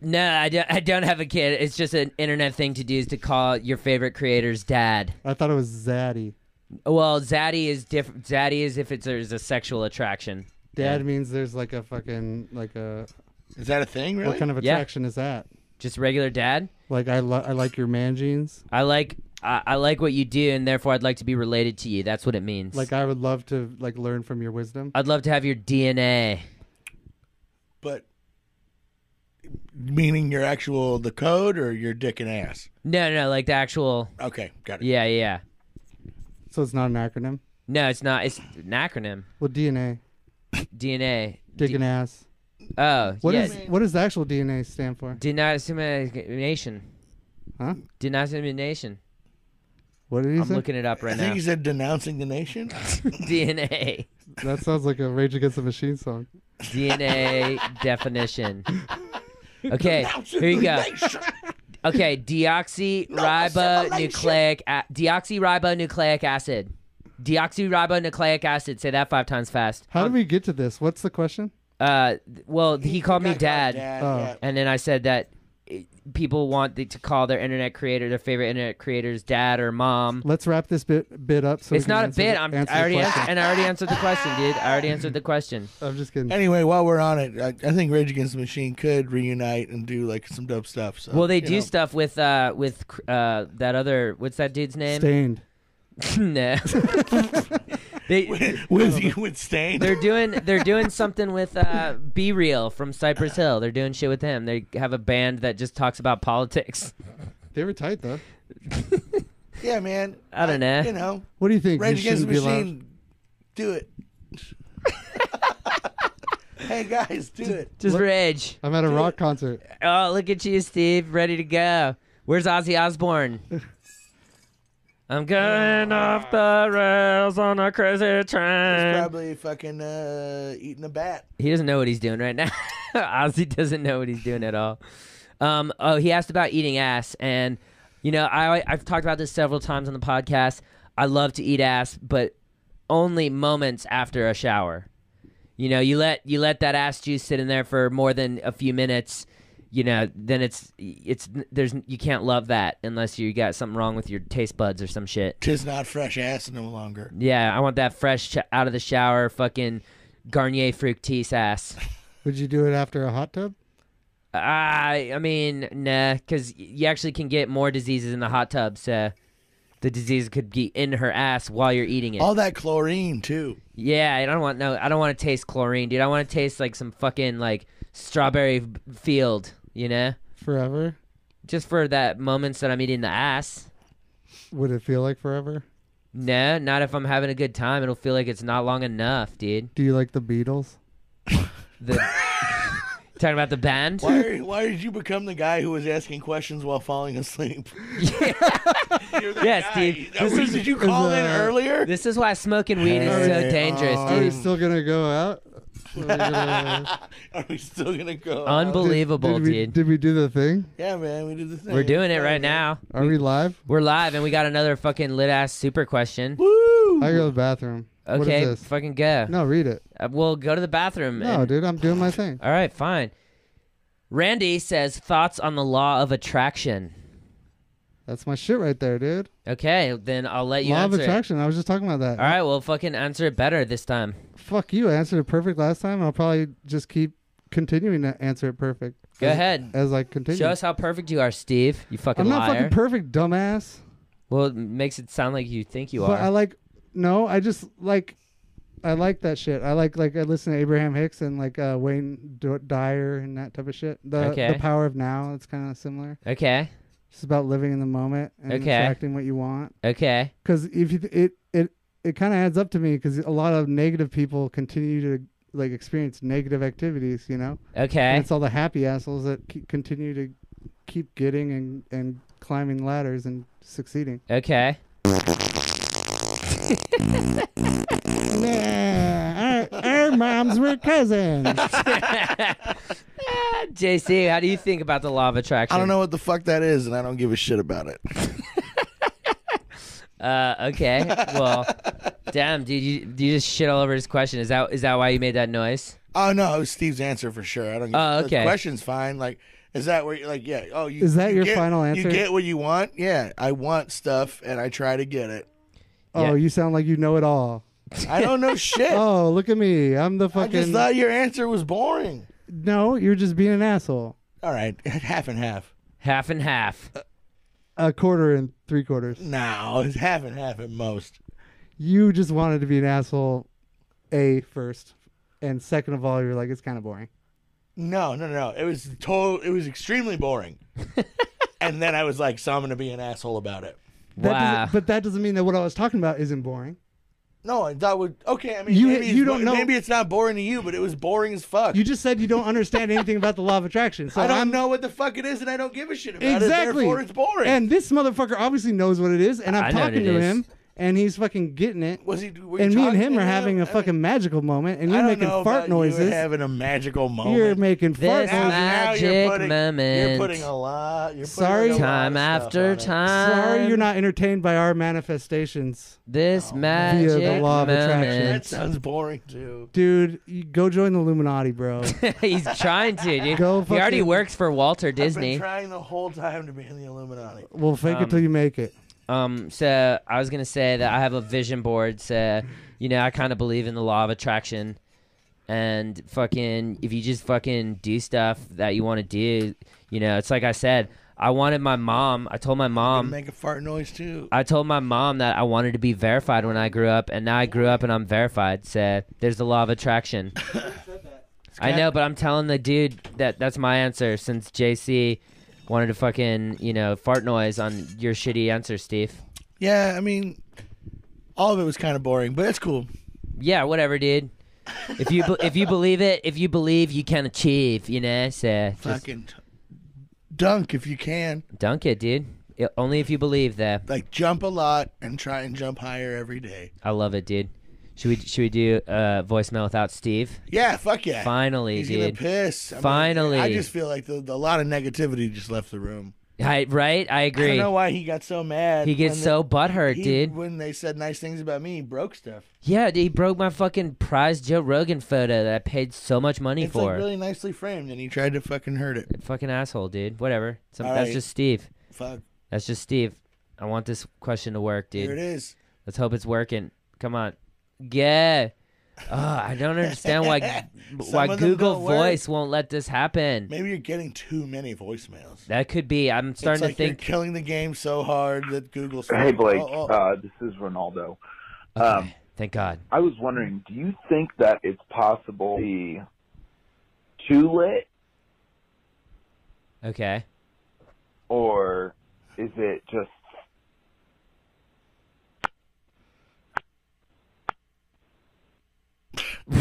no, I don't, I don't have a kid. It's just an internet thing to do is to call your favorite creator's dad. I thought it was Zaddy. Well, zaddy is different. Zaddy is if it's there's a sexual attraction. Dad means there's like a fucking, like a, *laughs* Is that a thing, really? what kind of Yeah. attraction is that? Just regular dad. Like, I, li- I like your man jeans. I like I, I like what you do, and therefore I'd like to be related to you. That's what it means. Like, I would love to, like, learn from your wisdom. I'd love to have your DNA. but meaning your actual the code or your dick and ass? No, no, like the actual. Okay, got it. Yeah, yeah. So it's not an acronym. No, it's not. It's an acronym. Well, DNA, DNA. dick and ass. Oh, What yeah. is what does the actual DNA stand for? Denisemination. Huh? Denisemination. What did he I'm say? looking it up I right think now. he said denouncing the *laughs* nation. DNA. That sounds like a Rage Against the Machine song. DNA definition. Okay, here you go. Nation. Okay, deoxyribonucleic a- deoxyribonucleic acid. Deoxyribonucleic acid. Say that five times fast. How did we get to this? What's the question? Uh, well, he called me Guy called dad, Oh. yeah. and then I said that eh, people want the, to call their internet creator, their favorite internet creators, dad or mom. Let's wrap this bit bit up. So we it's can not a answer bit. the- I'm, answer I the already question. answered, and I already answered the question, dude. I already answered the question. I'm just kidding. Anyway, while we're on it, I, I think Rage Against the Machine could reunite and do like some dope stuff. So, Well, they you do know. stuff with uh with uh that other what's that dude's name? *laughs* Stained. no. *laughs* they *laughs* with you with stain. they're doing they're doing something with uh Be Real from Cypress Hill. They're doing shit with him. They have a band that just talks about politics. They were tight though. Yeah, man. I don't know. You know, What do you think? Rage We Against the shouldn't be allowed- Machine, do it. *laughs* hey guys, do it. Just rage. I'm at a rock concert. Oh, look at you, Steve, ready to go. Where's Ozzy Osbourne? I'm going off the rails on a crazy He's train. probably fucking uh, eating a bat. He doesn't know what he's doing right now. *laughs* Ozzy doesn't know what he's doing at all. Um, oh, he asked about eating ass, and you know, I I've talked about this several times on the podcast. I love to eat ass, but only moments after a shower. You know, you let you let that ass juice sit in there for more than a few minutes. You know, then it's it's there's you can't love that unless you got something wrong with your taste buds or some shit. Tis not fresh ass no longer. Yeah, I want that fresh ch- out of the shower, fucking Garnier Fructis ass. Would you do it after a hot tub? I I mean, nah, because you actually can get more diseases in the hot tub. So the disease could be in her ass while you're eating it. All that chlorine too. yeah, I don't want no. I don't want to taste chlorine, dude. I want to taste like some fucking like strawberry b- field. You know, Forever? just for that moments that I'm eating the ass. Would it feel like forever? No, not if I'm having a good time. It'll feel like it's not long enough, dude. Do you like the Beatles? The *laughs* talking about the band. Why? Are, why did you become the guy who was asking questions while falling asleep? Yes, dude. That was- did you call in uh, earlier? This is why smoking weed is so Hey, dangerous, uh, Are we dude. still gonna go out? Are *laughs* we gonna- *laughs* Are we still gonna go? Unbelievable, did, we, dude. Did we do the thing? Yeah, man, we did the thing. We're doing it right now. Are we live? We're live and we got another fucking lit ass super question. Woo! I go to the bathroom. What Okay, is this? fucking go. No, read it. Uh, we'll go to the bathroom. No, and- dude, I'm doing my thing. All right, fine. Randy says thoughts on the law of attraction. That's my shit right there, dude. Okay, then I'll let you Law of answer. it. attraction. I was just talking about that. All right, well, fucking answer it better this time. Fuck you. I answered it perfect last time. I'll probably just keep continuing to answer it perfect. Go as- ahead. As I continue. Show us how perfect you are, Steve. You fucking I'm not liar. fucking perfect, dumbass. well, it makes it sound like you think you But I are. like no, I just like I like that shit. I like like I listen to Abraham Hicks and like uh, Wayne D- Dyer and that type of shit. The Okay. the power of now. It's kind of similar. okay, It's about living in the moment and Okay. attracting what you want. okay. Because if you, it it it kind of adds up to me because a lot of negative people continue to like experience negative activities. You know, and Okay. it's all the happy assholes that keep, continue to keep getting and and climbing ladders and succeeding. Okay. *laughs* Yeah, our, our moms were cousins. JC, how do you think about the law of attraction? I don't know what the fuck that is, and I don't give a shit about it. Uh, okay. *laughs* Well, damn, dude, you you just shit all over his question. Is that is that why you made that noise? Oh no, it was Steve's answer for sure. I don't. Give, Oh, the okay. question's fine. Like, is that where? you Like, yeah. Oh, you, Is that you your get- final answer? You get what you want. Yeah, I want stuff, and I try to get it. *laughs* Oh, Yeah. you sound like you know it all. I *laughs* don't know shit. Oh, look at me. I'm the I fucking. just thought your answer was boring. no, you're just being an asshole. All right, *laughs* half and half. Half and half. Uh, A quarter and three quarters. No, it's half and half at most. You just wanted to be an asshole, A, first. And second of all, you're like, it's kind of boring. No, no, no. It was total. It was *laughs* extremely boring. and then I was like, so I'm gonna be an asshole about it. That wow. doesn't- But that doesn't mean that what I was talking about isn't boring. No, that would okay. I mean, You- maybe, it's you bo- don't know- maybe it's not boring to you, but it was boring as fuck. You just said you don't understand anything about the law of attraction. So I don't am know what the fuck it is, and I don't give a shit about exactly. it. Therefore, it's boring. And this motherfucker obviously knows what it is, and I'm I know what talking it to is. him, and he's fucking getting it. was he? were you And me and talking him to are having I a mean, fucking magical moment, and I you're don't making know fart about You noises. having a magical moment. You're making fart This now, noises. now Magic you're putting, moment. You're putting a lot. You're putting Sorry. a lot Time of stuff on after it. time. Sorry, you're not entertained by our manifestations, This Oh, Via magic the law of That moment. sounds boring too. dude. You go join the Illuminati, bro. *laughs* He's trying to, dude. Go he already fucking- works for Walter I've Disney. been trying the whole time to be in the Illuminati. we'll fake Um, it till you make it. Um, so I was gonna say that I have a vision board. So you know, I kind of believe in the law of attraction, and fucking, if you just fucking do stuff that you want to do, you know, it's like I said. I wanted my mom. I told my Um, mom. make a fart noise too. I told my mom that I wanted to be verified when I grew up, and now I grew up and I'm verified. So there's the law of attraction. I know, but I'm telling the dude that that's my answer since JC wanted to fucking, you know, fart noise on your shitty answer, Steve. Yeah, I mean, all of it was kind of boring, but it's cool. Yeah, whatever, dude. If you be- if you believe it, if you believe, you can achieve. You know, so just Fucking t- dunk if you can. dunk it, dude. I- only if you believe that. Like jump a lot and try and jump higher every day. I love it, dude. Should we should we do uh, voicemail without Steve? Yeah, fuck yeah. Finally, He's gonna dude. piss. I mean, Finally. I just feel like the, the, a lot of negativity just left the room. I, right? I I don't agree. know why he got so mad. He gets when so they- butthurt, he- dude. When they said nice things about me, he broke stuff. Yeah, dude, he broke my fucking prize Joe Rogan photo that I paid so much money It's for. like really nicely framed, and he tried to fucking hurt it. Fucking asshole, dude. Whatever. Some, All that's right. just Steve. Fuck. That's just Steve. I want this question to work, Here it dude. is. Let's hope it's working. Come on. Yeah. Ugh, I don't understand *laughs* why why Some of them Google don't work. Voice won't let this happen. Maybe you're getting too many voicemails. That could be. I'm it's starting to like think. you're killing the game so hard that Google's. Hey, Blake. Oh, oh. Uh, this is Ronaldo. Okay, Um, Thank God. I was wondering, do you think that it's possible to be too lit, *laughs* Okay. or is it just *laughs*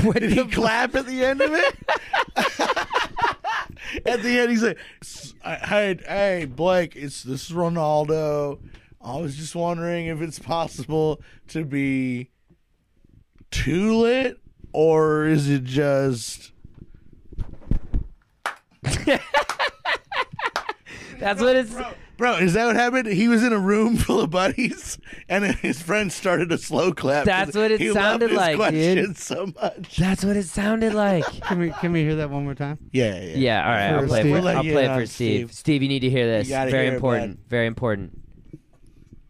What Did the he f- clap at the end of it? *laughs* at the end, he's like, "S- I- "Hey, hey, Blake, it's this is Ronaldo. I was just wondering if it's possible to be too lit, or is it just That's what it's. bro? Is that what happened? He was in a room *laughs* full of buddies, and then his friend started a slow clap. 'cause That's what it he sounded loved his like, dude. question So much. *laughs* That's what it sounded like. Can we can we hear that one more time? Yeah, yeah. Yeah, all right. I'll For play. Steve. For, We'll let I'll you play know, it for Steve. Steve. Steve, you need to hear this. gotta Very hear it, important. bud. very important.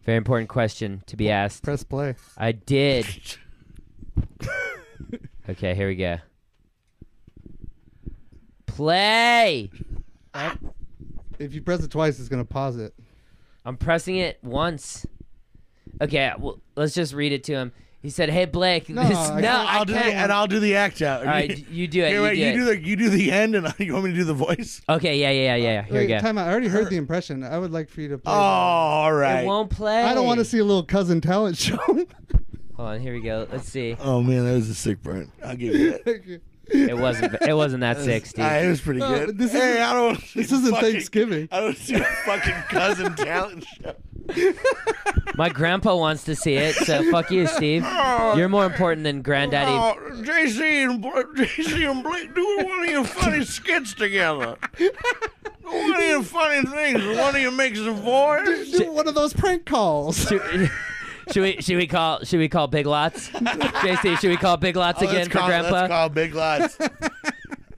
Very important question to be asked. Press play. I did. *laughs* Okay, here we go. Play. If you press it twice, it's gonna pause it. I'm pressing it once. Okay, well, let's just read it to him. He said, "Hey Blake, No, *laughs* this, I no, can't- I I'll do the, can't." and I'll do the act out. All right, you do it. Here, you wait, do you it. do the you do the end, and *laughs* you want me to do the voice? okay, yeah, yeah, yeah, yeah. Here Wait, we go. time out. I already heard the impression. I would like for you to play. Oh, all right. It won't play. I don't want to see a little cousin talent show. Hold on, here we go. Let's see. Oh man, that was a sick burn. I'll give you *laughs* that. Thank you. It wasn't. It wasn't that *laughs* sick, *laughs* Steve. Ah, it was pretty No, good. but this hey, isn't- I don't. wanna this see isn't fucking- *laughs* Thanksgiving. I don't see a fucking cousin talent *laughs* show. *laughs* My grandpa wants to see it, so fuck you, Steve. *laughs* You're more important than granddaddy. Oh, JC and Bla- JC and Blake doing one of your funny skits together. Do One of your funny things. One of you makes a voice. Do one of those prank calls. Should, *laughs* should we should we call should we call Big Lots? JC, should we call Big Lots Oh, again let's for call, Let's grandpa? call Big Lots.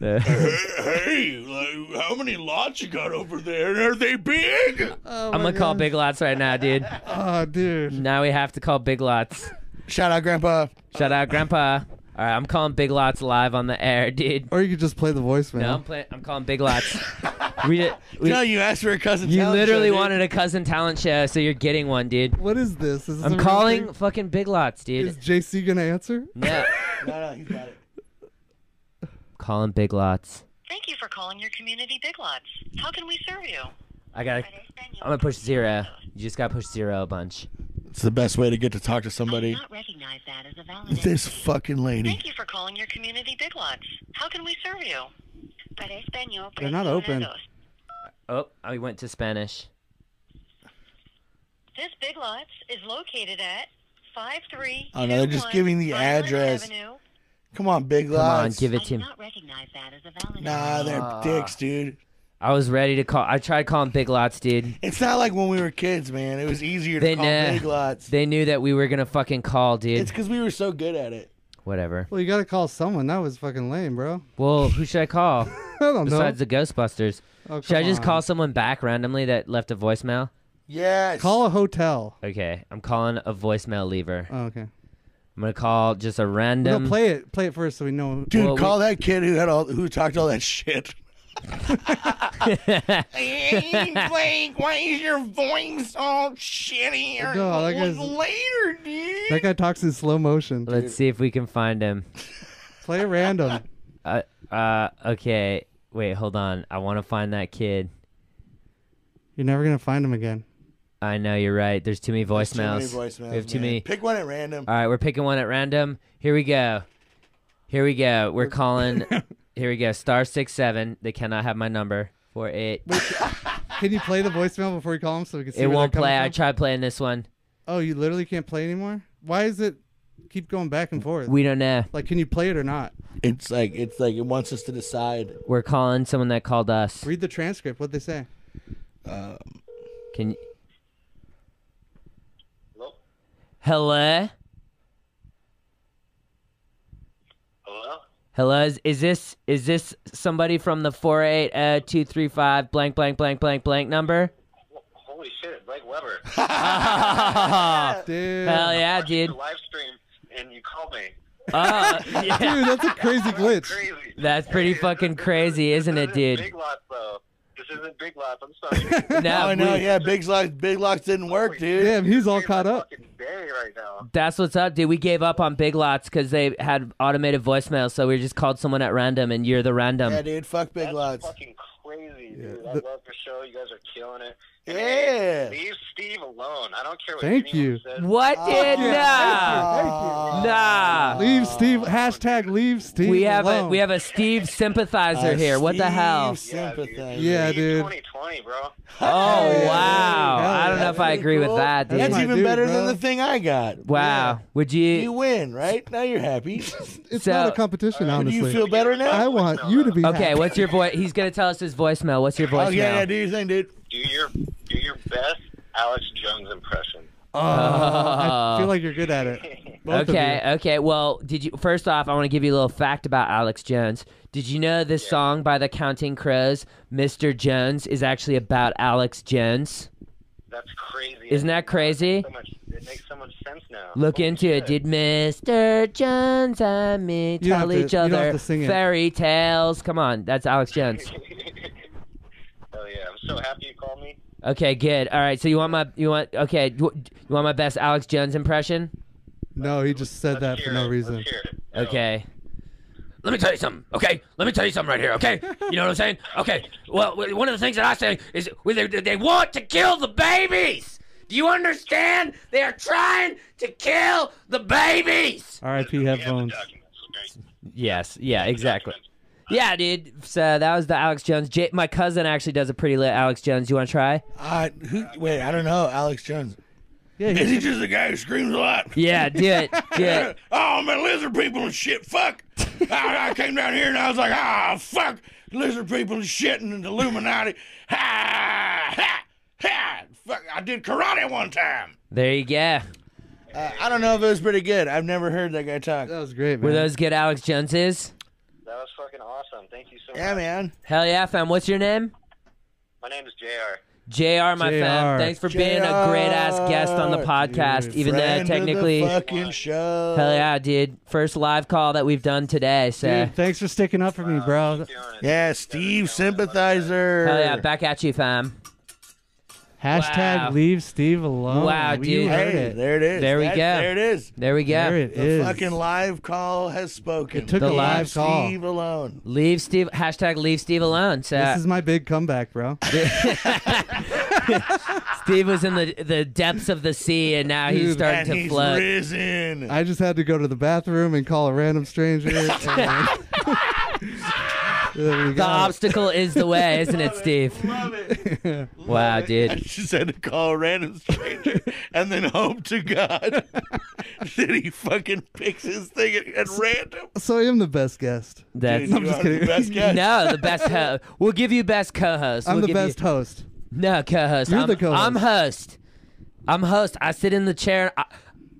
Uh, Hey, like, how many lots you got over there? And are they big? *laughs* *laughs* Oh, I'm my gonna call God. Big Lots right now, dude. Oh, dude. Now we have to call Big Lots. Shout out, Grandpa. Shout out, grandpa. All right, I'm calling Big Lots live on the air, dude. Or you could just play the voicemail. No, I'm playing. I'm calling Big Lots. We, *laughs* did- we- no, you asked for a cousin. you talent literally show, dude. wanted a cousin talent show, so you're getting one, dude. What is this? Is this a I'm real calling thing? fucking Big Lots, dude. Is JC gonna answer? *laughs* No. No, no, he's got it. calling Big Lots. Thank you for calling your community Big Lots. How can we serve you? I gotta. I'm gonna push zero. You just gotta push zero a bunch. It's the best way to get to talk to somebody. Recognize that as a valid. This fucking lady. Thank you for calling your community Big Lots. How can we serve you? Para español, They're not open. Oh, I went to Spanish. This Big Lots is located at 53 Oh no, they're just giving the address. Avenue. Come on, big Come on, lots. give it to him. Nah, they're Ah. dicks, dude. I was ready to call. I tried calling Big Lots, dude. It's not like when we were kids, man. It was easier to They call knew. big lots. They knew that we were gonna fucking call, dude. It's because we were so good at it. Whatever. Well, you gotta call someone. That was fucking lame, bro. *laughs* Well, who should I call? don't know. Besides the Ghostbusters, Oh, should I come just call on. someone back randomly that left a voicemail? Yes. Call a hotel. Okay, I'm calling a voicemail lever. Oh, okay. I'm gonna call just a No, random. play it. Play it first so we know. Dude, call that kid who had all who talked all that shit. Blake, why is your voice all shitty? Or No, that guy's- later, dude. That guy talks in slow motion. Let's see if we can find him. Play random. Uh, uh, okay. Wait, hold on. I want to find that kid. You're never gonna find him again. I know you're right. There's too many There's too voicemails. many voicemails, We have too man. many. Pick one at random. All right, we're picking one at random. Here we go. Here we go. We're calling. here we go. Star six seven. They cannot have my number. Four eight. Can you play the voicemail before you call him so we can see? It where won't they're coming play. I from? tried playing this one. Oh, you literally can't play anymore. Why is it keep going back and forth? We don't know. Like, can you play it or not? It's like it's like it wants us to decide. We're calling someone that called us. Read the transcript. What they say. Um, Can. Hello. Hello? Hello. Is, is this is this somebody from the four eight uh two three five blank blank blank blank blank number? Holy shit, Blake *laughs* Weber. Oh, dude. Hell yeah, I watched *laughs* dude. Your live stream and you called me. Oh, yeah. *laughs* Dude, that's a *laughs* crazy glitch. That's pretty fucking crazy, isn't it, dude? Big Lots, though. This isn't Big Lots. I'm *laughs* sorry. No, oh, no, we- yeah, big locks, big locks didn't work, dude. Damn, he was all caught *laughs* up. Day right now. That's what's up, dude. We gave up on Big Lots because they had automated voicemail, so we just called someone at random, and you're the random. Yeah, dude, fuck big lots. Fucking crazy, dude. I the- love your show. You guys are killing it. Yeah. Leave Steve alone. I don't care what Thank anyone you. says. What Ah. Oh, did yeah. nah? Nah. Leave Steve. Hashtag leave Steve. we have alone. a we have a Steve Uh, sympathizer A here. What the hell? Yeah, dude. Oh wow! I don't know if I agree with that, dude. That's even better than the thing I got. Wow. Would you? You win, right? Now you're happy. It's not a competition, do honestly. you feel better now? Oh, I want you to be. okay, happy. what's your voice? He's gonna tell us his voicemail. What's your voicemail? Oh, yeah, yeah, do your thing, dude. Do your do your best Alex Jones impression. Oh, *laughs* I feel like you're good at it. Both of uh, okay, okay. Well, did you first off I want to give you a little fact about Alex Jones. Did you know this song by the Counting Crows, Mr. Jones, is actually about Alex Jones? That's crazy. Isn't that crazy? So much, it makes so much sense now. Look into it. Did Mr. Jones and me You don't tell have to- each you don't have other to sing it. fairy tales? Come on, that's Alex *laughs* Jones. Oh yeah, I'm so happy you called me. Okay, good. All right, so you want my you want okay, you you want my best Alex Jones impression? you. No, he just said that for no reason. Okay. Let me tell you something, okay? Let me tell you something right here, okay? You know what I'm saying? Okay. Well, w- one of the things that I say is well, they, they want to kill the babies. Do you understand? They are trying to kill the babies. R.I.P. headphones. Yes. Yeah. Exactly. Yeah, dude. So that was the Alex Jones. J- my cousin actually does a pretty lit Alex Jones. You want to try? Uh, who, wait, I don't know. Alex Jones. Yeah, Is he just a guy who screams a lot? Yeah, do it. Do it. *laughs* *laughs* oh, man, lizard people and shit. Fuck. I, I came down here and I was like, ah, fuck. Lizard people and shit and the Illuminati. Ha, ha, ha. Fuck. I did karate one time. There you go. Uh, I don't know if it was pretty good. I've never heard that guy talk. That was great, Were those good Alex Joneses? That was fucking awesome. Thank you so Yeah, much. man. Hell yeah, fam. What's your name? My name is JR. JR, my fam. JR. Thanks for being a great ass guest on the podcast, even though Friend of the technically. fucking show. Hell yeah, dude. First live call that we've done today. So. Dude, thanks for sticking up for me, bro. Yeah, Steve sympathizer. Hell yeah, back at you, fam. Hashtag Wow. leave Steve alone. Wow, We dude. heard Hey, it. There it is. There we go. That- There it is. There we go. There it the is. fucking live call has spoken. It took a Leave live call. Steve alone. Leave Steve. Hashtag leave Steve alone. So This is my big comeback, bro. Steve was in the the depths of the sea, and now he's Dude, starting and to he's float. Risen. I just had to go to the bathroom and call a *laughs* random stranger. and- uh, *laughs* There we The go. obstacle is the *laughs* way, isn't it, Steve? wow, *laughs* dude. I just had to call a *laughs* random stranger and then hope to God *laughs* that he fucking picks his thing at, at random. so I am the best guest. That's No, I'm just kidding. No, the best host. We'll give you best co-host. I'm We'll the give you- best host. No, co-host. You're I'm, the co-host. I'm host. I'm host. I sit in the chair. I,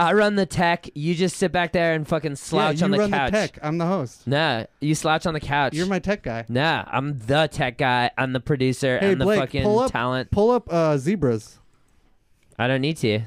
I run the tech. You just sit back there and fucking slouch yeah, you on the run couch. the tech. I'm the host. No, you slouch on the couch. You're my tech guy. Nah, I'm the tech guy. I'm the producer. Hey I'm the Blake, fucking pull up talent. pull up uh, zebras. I don't need to.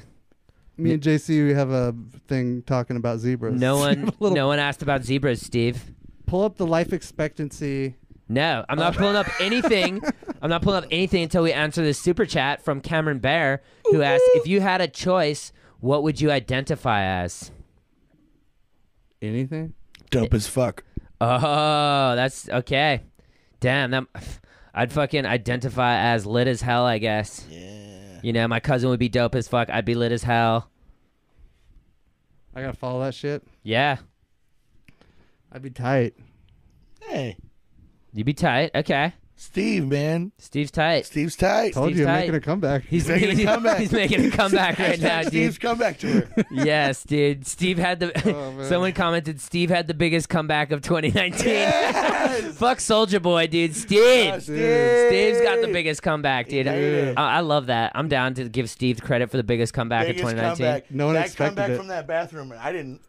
Me and JC we have a thing talking about zebras. *laughs* No one, Little- no one asked about zebras, Steve. pull up the life expectancy. No, I'm Oh. not pulling up *laughs* anything. I'm not pulling up anything until we answer this super chat from Cameron Bear, who asked if you had a choice, what would you identify as? Anything? Dope as fuck. Oh, that's okay. Damn, that I'd fucking identify as lit as hell, I guess. Yeah. You know, my cousin would be dope as fuck. I'd be lit as hell. I gotta follow that shit. Yeah. I'd be tight. Hey. You'd be tight. Okay. Steve, man. Steve's tight. Steve's tight. Told you, I'm making a comeback. *laughs* He's making, making a comeback. He's making a comeback *laughs* right Hashtag now, dude. Steve's Oh, comeback tour. *laughs* yes, dude. Steve had the. someone commented Steve had the biggest comeback of 2019. *laughs* Fuck Soldier Boy, dude. Steve. Uh, Steve. Steve's got the biggest comeback, dude. Yeah. I, I love that. I'm down to give Steve credit for the biggest comeback Biggest of 2019. comeback. that comeback from that bathroom. I didn't.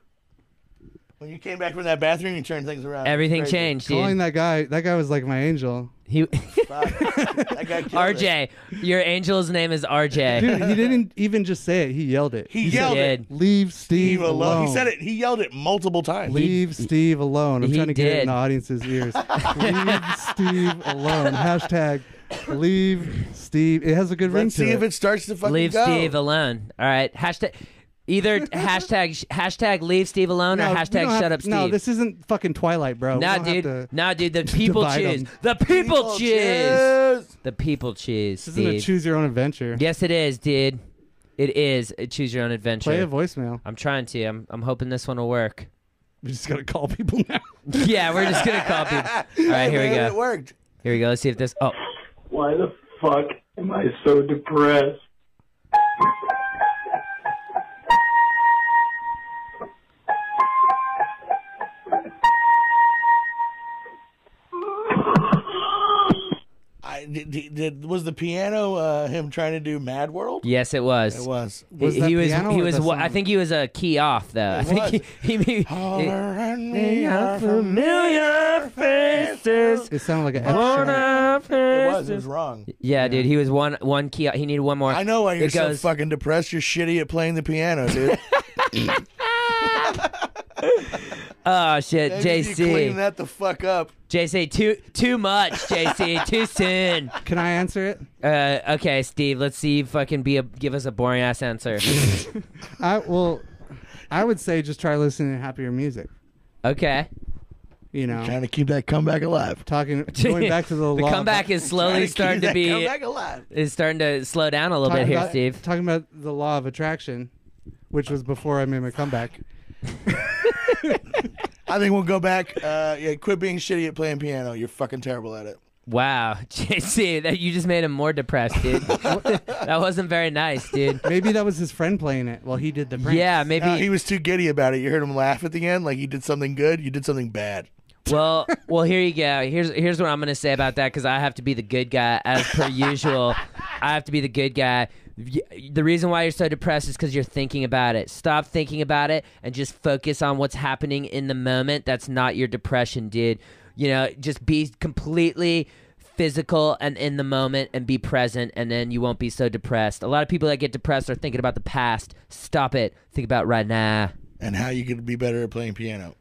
When you came back from that bathroom, you turned things around. It's Everything crazy. changed, *laughs* Calling dude. that guy that guy was like my *laughs* angel. He That *laughs* guy Uh, killed RJ, it. your angel's name is RJ. Dude, he didn't even just say it. He yelled it. He said, yelled it. Leave Steve He alone. alone. He said it. He yelled it multiple times. Leave Steve alone. I'm he trying to get it did. in the *laughs* audience's ears. leave Steve alone. Hashtag leave Steve. It has a good ring Let's to see it. if it starts to leave Steve alone. All right. Hashtag either *laughs* hashtag hashtag leave Steve alone No, or we hashtag don't shut have- up Steve. No, this isn't fucking Twilight, bro. We Nah, don't have dude. to- Nah, dude. The people divide choose. 'em. The people, Oh, choose. People choose. The people choose. This isn't a Steve. choose your own adventure. Yes, it is, dude. It is a choose your own adventure. Play a voicemail. I'm trying to. I'm, I'm hoping this one will work. *laughs* We just gotta call people now. yeah, we're just gonna *laughs* call people. All right, here we man, go. it worked. Here we go. Let's see if this. Oh, Why the fuck am I so depressed? I, did, did, did- was the piano uh, him trying to do Mad World? yes, it was. It was. He- Was he, that was. piano He or was. the wa- I song? think he was a key off though. I think was. he. *laughs* he, he Holler at They me, are I'm from- familiar faces. It sounded like an Born of It was. It was wrong. Yeah, dude, he was one one key. He needed one more. I know why you're it so goes, fucking depressed. You're shitty at playing the piano, *laughs* dude. oh shit, Maybe you clean JC. that the fuck up. JC, too too much, JC, *laughs* too soon. Can I answer it? Uh, okay, Steve. Let's see. You fucking be a give us a boring ass *laughs* answer. I well, I would say just try listening to happier music. okay. You know, Trying to keep that comeback alive. *laughs* Talking, going back to the, The law- comeback is slowly starting Trying to keep to that be- comeback alive. It's starting to slow down a little bit Talking here, about- Steve. Talking about the law of attraction, which was before I made my comeback. I think we'll go back. Uh, yeah, quit being shitty at playing piano. You're fucking terrible at it. Wow, *laughs* JC, that you just made him more depressed, *laughs* dude. that wasn't very nice, dude. Maybe that was his friend playing it while he did the prank. Yeah, maybe. No, Uh, he was too giddy about it. You heard him laugh at the end, like you did something good. You did something bad. Well, well, here you go. Here's here's what I'm gonna say about that because I have to be the good guy as *laughs* per usual. I have to be the good guy. Y- The reason why you're so depressed is because you're thinking about it. Stop thinking about it and just focus on what's happening in the moment. That's not your depression, dude. You know, just be completely physical and in the moment and be present and then you won't be so depressed. A lot of people that get depressed are thinking about the past. Stop it. Think about right now. And how you could be better at playing piano.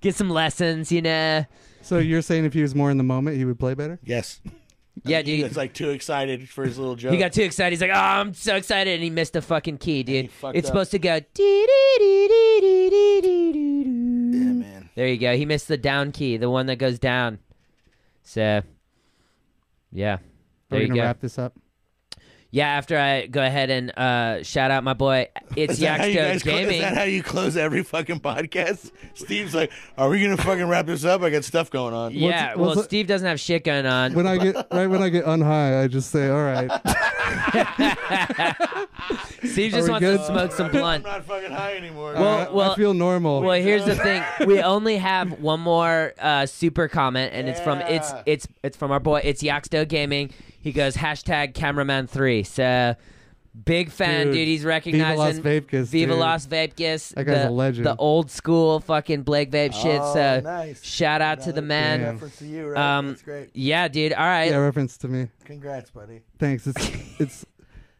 Get some lessons, you know. So you're saying if he was more in the moment, he would play better? Yes. Yeah, dude. He was like too excited for his little joke. He got too excited. He's like, "Oh, I'm so excited!" And he missed the fucking key, dude. fucked It's up. supposed to go. dee dee dee dee dee dee dee dee dee. There you go. He missed the down key, the one that goes down. So, yeah. Are There we you gonna go. wrap this up? Yeah, after I go ahead and uh, shout out my boy, it's Is that how you Yaxto guys clo- Gaming. is that how you close every fucking podcast? Steve's like, "Are we gonna fucking wrap this up? I got stuff going on." yeah, well, Steve doesn't have shit going on. When I get right when I get unhigh, I just say, "All *laughs* right." Steve Are just we wants good? to smoke some blunt. *laughs* I'm not fucking high anymore. Uh-huh. Well, well, Uh, I feel normal. Well, here's the thing: we only have one more uh, super comment, and it's from it's Yeah. it's it's from our boy. It's Yaxto Gaming. He goes hashtag cameraman three. So big fan, dude. Dude, He's Viva Las recognizing Vegas, Viva dude. Las Vegas. That guy's the, a legend. The old school fucking Blake Vape shit. Oh, So nice. shout out to the man. Reference to you, right? Um, That's great. Yeah, dude. All right. Yeah, reference to me. Congrats, buddy. Thanks. *laughs* It's it's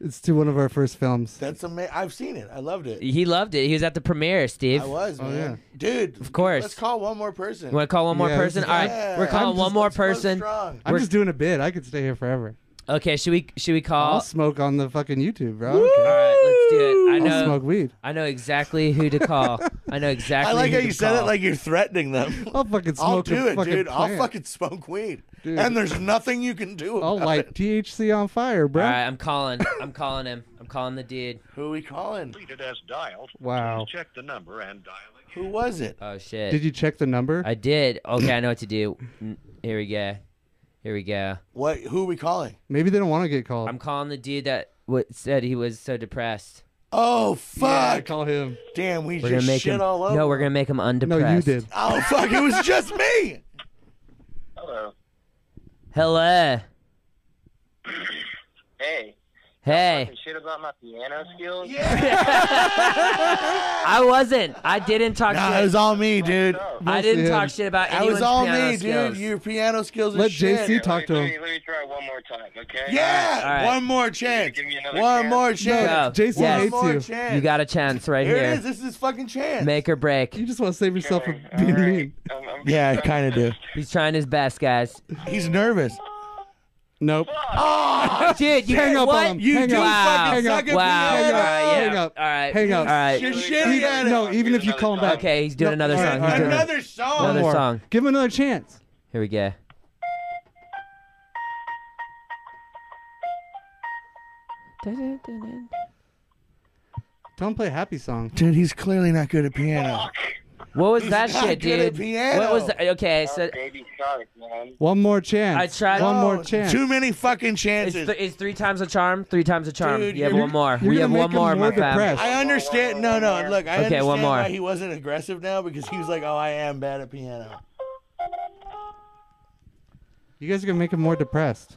it's to one of our first films. That's amazing. I've seen it. I loved it. He loved it. He was at the premiere, Steve. I was, man. Dude, Of course. Let's call one more person. You want to call one more Yeah, this person? is- All right, Yeah. we're calling I'm one just- more I'm so person. strong. I'm just doing a bit. I could stay here forever. Okay, should we should we call? I'll smoke on the fucking YouTube, bro. I don't care. Uh, All right, let's do it. I I'll know. smoke weed. I know exactly who to call. I know exactly. I like who how to you said it call. like you're threatening them. I'll fucking *laughs* smoke I'll do a it, fucking dude. I'll plant. fucking smoke weed, Dude. and there's nothing you can do. About I'll light it. THC on fire, bro. All right, I'm calling. I'm calling him. I'm calling the dude. Who are we calling? Treated as dialed. Wow. Check the number and dial again. Who was it? Oh shit. Did you check the number? I did. Okay, *clears throat* I know what to do. N- Here we go. Here we go. What? Who are we calling? Maybe they don't want to get called. I'm calling the dude that w- said he was so depressed. Oh Yeah, fuck! call him. Damn, we We're gonna just make shit him. all over. No, we're gonna make him No, undepressed. you did. Oh fuck! It was just *laughs* me. Hello. Hello. Hey. Hey. Talking shit about my piano skills? I wasn't. I didn't talk Nah, shit. it was all me, dude. I didn't Yeah. talk shit about That was anyone's all piano me, skills. dude. Your piano skills. are Let shit. JC talk to let me, him. let me try one more time, okay? Yeah, All right. one more chance. Give me another One chance. more No, chance. JC one hates more you. chance. You got a chance right here here. it is. This is his fucking chance. Make or break. You just want to save yourself Okay, from all being right. mean. I'm- I'm- yeah, I kind of do. He's trying his best, guys. He's nervous. Nope. *laughs* Dude, you Hang up what? on him. You Hang do up. wow. fucking Hang up. suck at wow. piano. Hang up. All right, yeah. Hang up. All right. Hang All up. right. You're Really shitty try. at it. No, even Give if you another call him time. back. Okay, he's doing No, another all right, song. all He's right. doing another. Another song. Another One more. song. Give him another chance. Here we go. Tell him to play a happy song. Dude, he's clearly not good at piano. What was that not shit, good at dude? piano. What was that? Okay, Oh, so baby shark, man. One more chance. I tried- One Oh, more chance. Too many fucking it's, chances. th- it's three times a charm. Three times a charm. Dude, you have you're- one more. you're We gonna have one make him more, my more fam. depressed. I understand. No, no. Look, I Okay, understand one more. why he wasn't aggressive now because he was like, "Oh, I am bad at piano." You guys are gonna make him more depressed.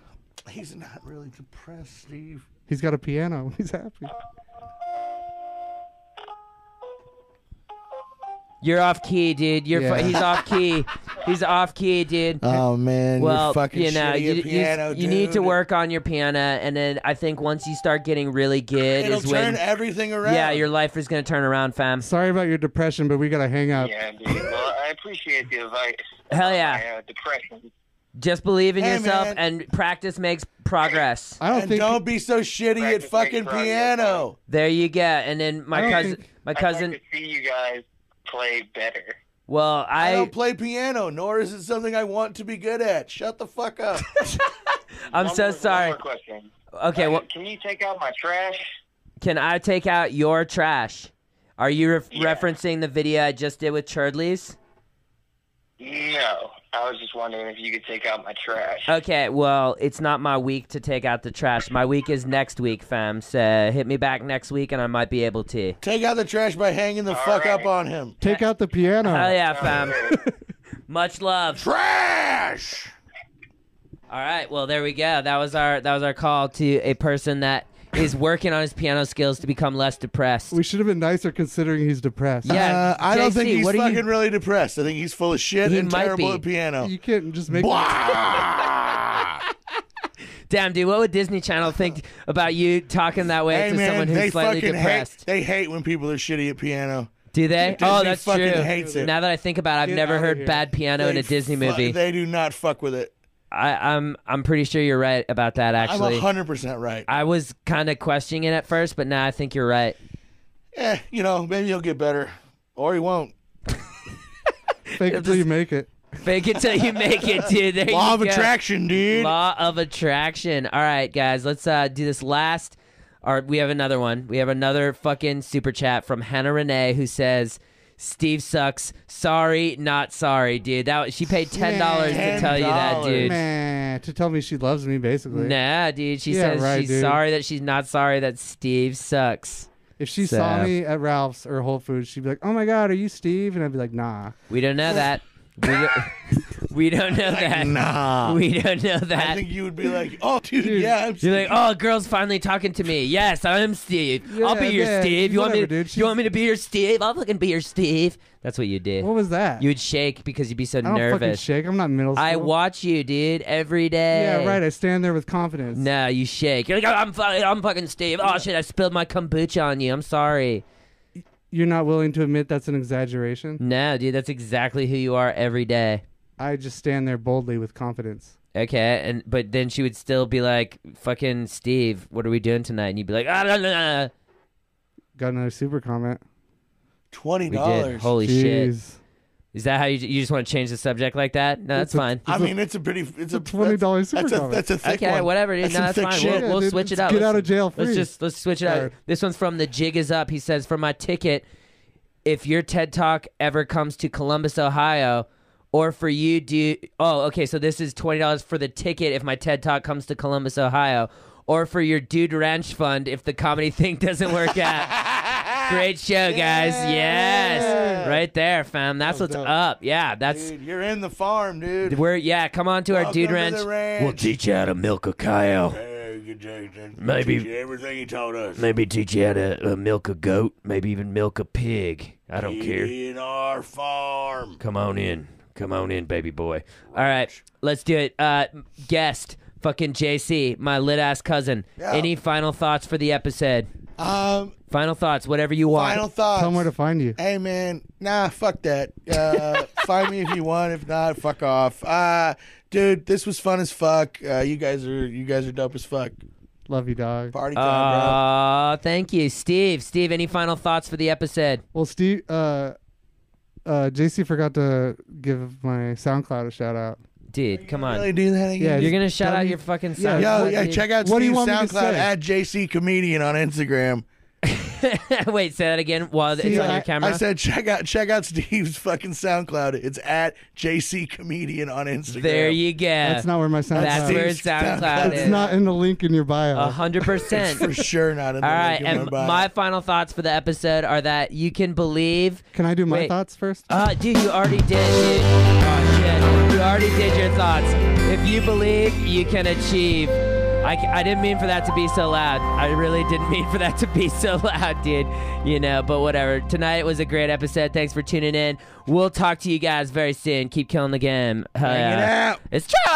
He's not really depressed, Steve. He's got a piano. *laughs* He's happy. You're off key, dude. You're fu- Yeah. he's off key. He's off key, dude. Oh man, well, you're fucking you know, shitty you, at you- piano, you need to dude. work on your piano, and then I think once you start getting really good, It'll is when turn everything around. yeah, your life is gonna turn around, fam. Sorry about your depression, but we gotta hang up. Yeah, dude. Well, I appreciate the advice. Hell yeah. My, uh, depression. Just believe in Hey, yourself, man. and practice makes progress. I don't and think don't be so shitty at Practice fucking makes progress. piano. There you go. And then I my don't cousin, think- my I'd cousin. like to see you guys play better. Well, I, I, don't play piano, nor is it something I want to be good at. Shut the *laughs* fuck up. I'm One so more- sorry. One more question. Okay, Uh, well, can you take out my trash? can I take out your trash? Are you ref Yeah. referencing the video I just did with Churdleys? No. I was just wondering if you could take out my trash. Okay, well, it's not my week to take out the trash. My week is next week, fam. So hit me back next week, and I might be able to. Take out the trash by hanging the fuck right. up on him. take out the piano. Hell yeah, fam. *laughs* Much love. Trash. All right. Well, there we go. That was our that was our call to a person that is working on his piano skills to become less depressed. We should have been nicer considering he's depressed. Yeah, Uh, I don't think JC, he's what do you- fucking really depressed. I think he's full of shit He and might terrible be. at piano. Ah, You can't just make. Blah! Damn, dude, what would Disney Channel think about you talking that way hey to man, someone they who's slightly fucking depressed? hate. They hate when people are shitty at piano. do they? Disney oh, that's fucking true. hates it. Now that I think about it, I've Get never outta heard here. bad piano in They a Disney fu- movie. They do not fuck with it. I, I'm I'm pretty sure you're right about that. Actually, I'm hundred percent right. I was kind of questioning it at first, but now I think you're right. Eh, you know, maybe he'll get better, or he won't. Fake it till you make it. Fake it till you make it, dude. There Law you of go. attraction, dude. Law of attraction. All right, guys, let's uh, do this last. Or we have another one. We have another fucking super chat from Hannah Renee who says, "Steve sucks. Sorry, not sorry, dude. That was, she paid ten dollars to tell you that, dude. Man, to tell me she loves me, basically. Nah, dude. She Yeah, says right, she's dude. sorry that she's not sorry that Steve sucks. If she saw me at Ralph's or Whole Foods, she'd be like, "Oh my God, are you Steve?" And I'd be like, "Nah." we don't know that. We don't, *laughs* we don't know that. nah. *laughs* we don't know that. I think you would be like, oh, dude, yeah. I'm You're like, oh, girl's finally talking to me. Yes, I'm Steve. I'll be Yeah, your yeah, Steve. You want me? whatever, dude. You want me to be your Steve? I'll fucking be your Steve. That's what you did. What was that? You would shake because you'd be so I don't fucking nervous. shake. I'm not middle school. I watch you, dude, every day. yeah, right. I stand there with confidence. No, you shake. You're like, oh, I'm fucking, I'm fucking Steve. Oh shit, I spilled my kombucha on you. I'm sorry. You're not willing to admit that's an exaggeration. No, dude, that's exactly who you are every day. I just stand there boldly with confidence. Okay, and but then she would still be like, "Fucking Steve, what are we doing tonight?" And you'd be like, "Ah, no, no, no." Got another super comment. Twenty We did. Holy Jeez. shit! Is that how you you just want to change the subject like that? No, that's a- fine. I mean, it's a pretty. It's a Twenty dollars super That's a, comment. that's a thick okay, one. whatever. Dude. no, some that's thick fine. shit. We'll, we'll dude, switch it let's up. get Let's- out of jail free. Let's just let's switch it up. Alright. This one's from the jig is up. He says, "For my ticket, if your TED talk ever comes to Columbus, Ohio." Or for you, do oh okay. So this is twenty dollars for the ticket if my TED talk comes to Columbus, Ohio, or for your Dude Ranch fund if the comedy thing *laughs* doesn't work out. Great show, *laughs* guys. Yes, right there, fam. That's what's up. Yeah, that's *laughs* Dude, you're in the farm, dude. we're yeah. Come on to our Welcome Dude to the Ranch. ranch. We'll teach you how to milk a cow. Hey, you take that- Maybe- teach you everything he taught us. Maybe teach you how to uh, milk a goat, maybe even milk a pig. I don't care. In our farm. Come on in. Come on in, baby boy. All right, let's do it. Uh, guest, fucking JC, my lit ass cousin. Yeah. Any final thoughts for the episode? Um, Final thoughts, whatever you want. Final thoughts. Tell 'em where to find you. Hey man, nah, fuck that. Uh, *laughs* find me if you want. If not, fuck off. Uh, dude, this was fun as fuck. Uh, you guys are you guys are dope as fuck. Love you, dog. Party time, bro. Uh, thank you, Steve. Steve, any final thoughts for the episode? Well, Steve, uh, uh, JC forgot to give my SoundCloud a shout out. Dude, come on. really do that again? You're gonna it's shout out W- your fucking Yeah, SoundCloud. yo, yeah. dude. Check out What do you Steve's want me to SoundCloud say? at JC Comedian on Instagram. *laughs* Wait, say that again. While it's Yeah, on I- your camera. I said check out check out Steve's fucking SoundCloud. It's at JC Comedian on Instagram. there you go. That's not where my SoundCloud. That's where Uh-huh. is. SoundCloud It's is. not in the link in your bio. A hundred percent. for sure not in the All right, link in and bio. my final thoughts for the episode are that you can believe. Can I do my Wait. thoughts first? Uh, dude, you already did, dude. Oh, shit. You already did your thoughts. If you believe, you can achieve. I, c- I didn't mean for that to be so loud. I really didn't *laughs* mean for that to be so loud, dude. You know, but whatever. Tonight was a great episode. Thanks for tuning in. We'll talk to you guys very soon. Keep killing the game. Hell Hang it yeah. out. It's true.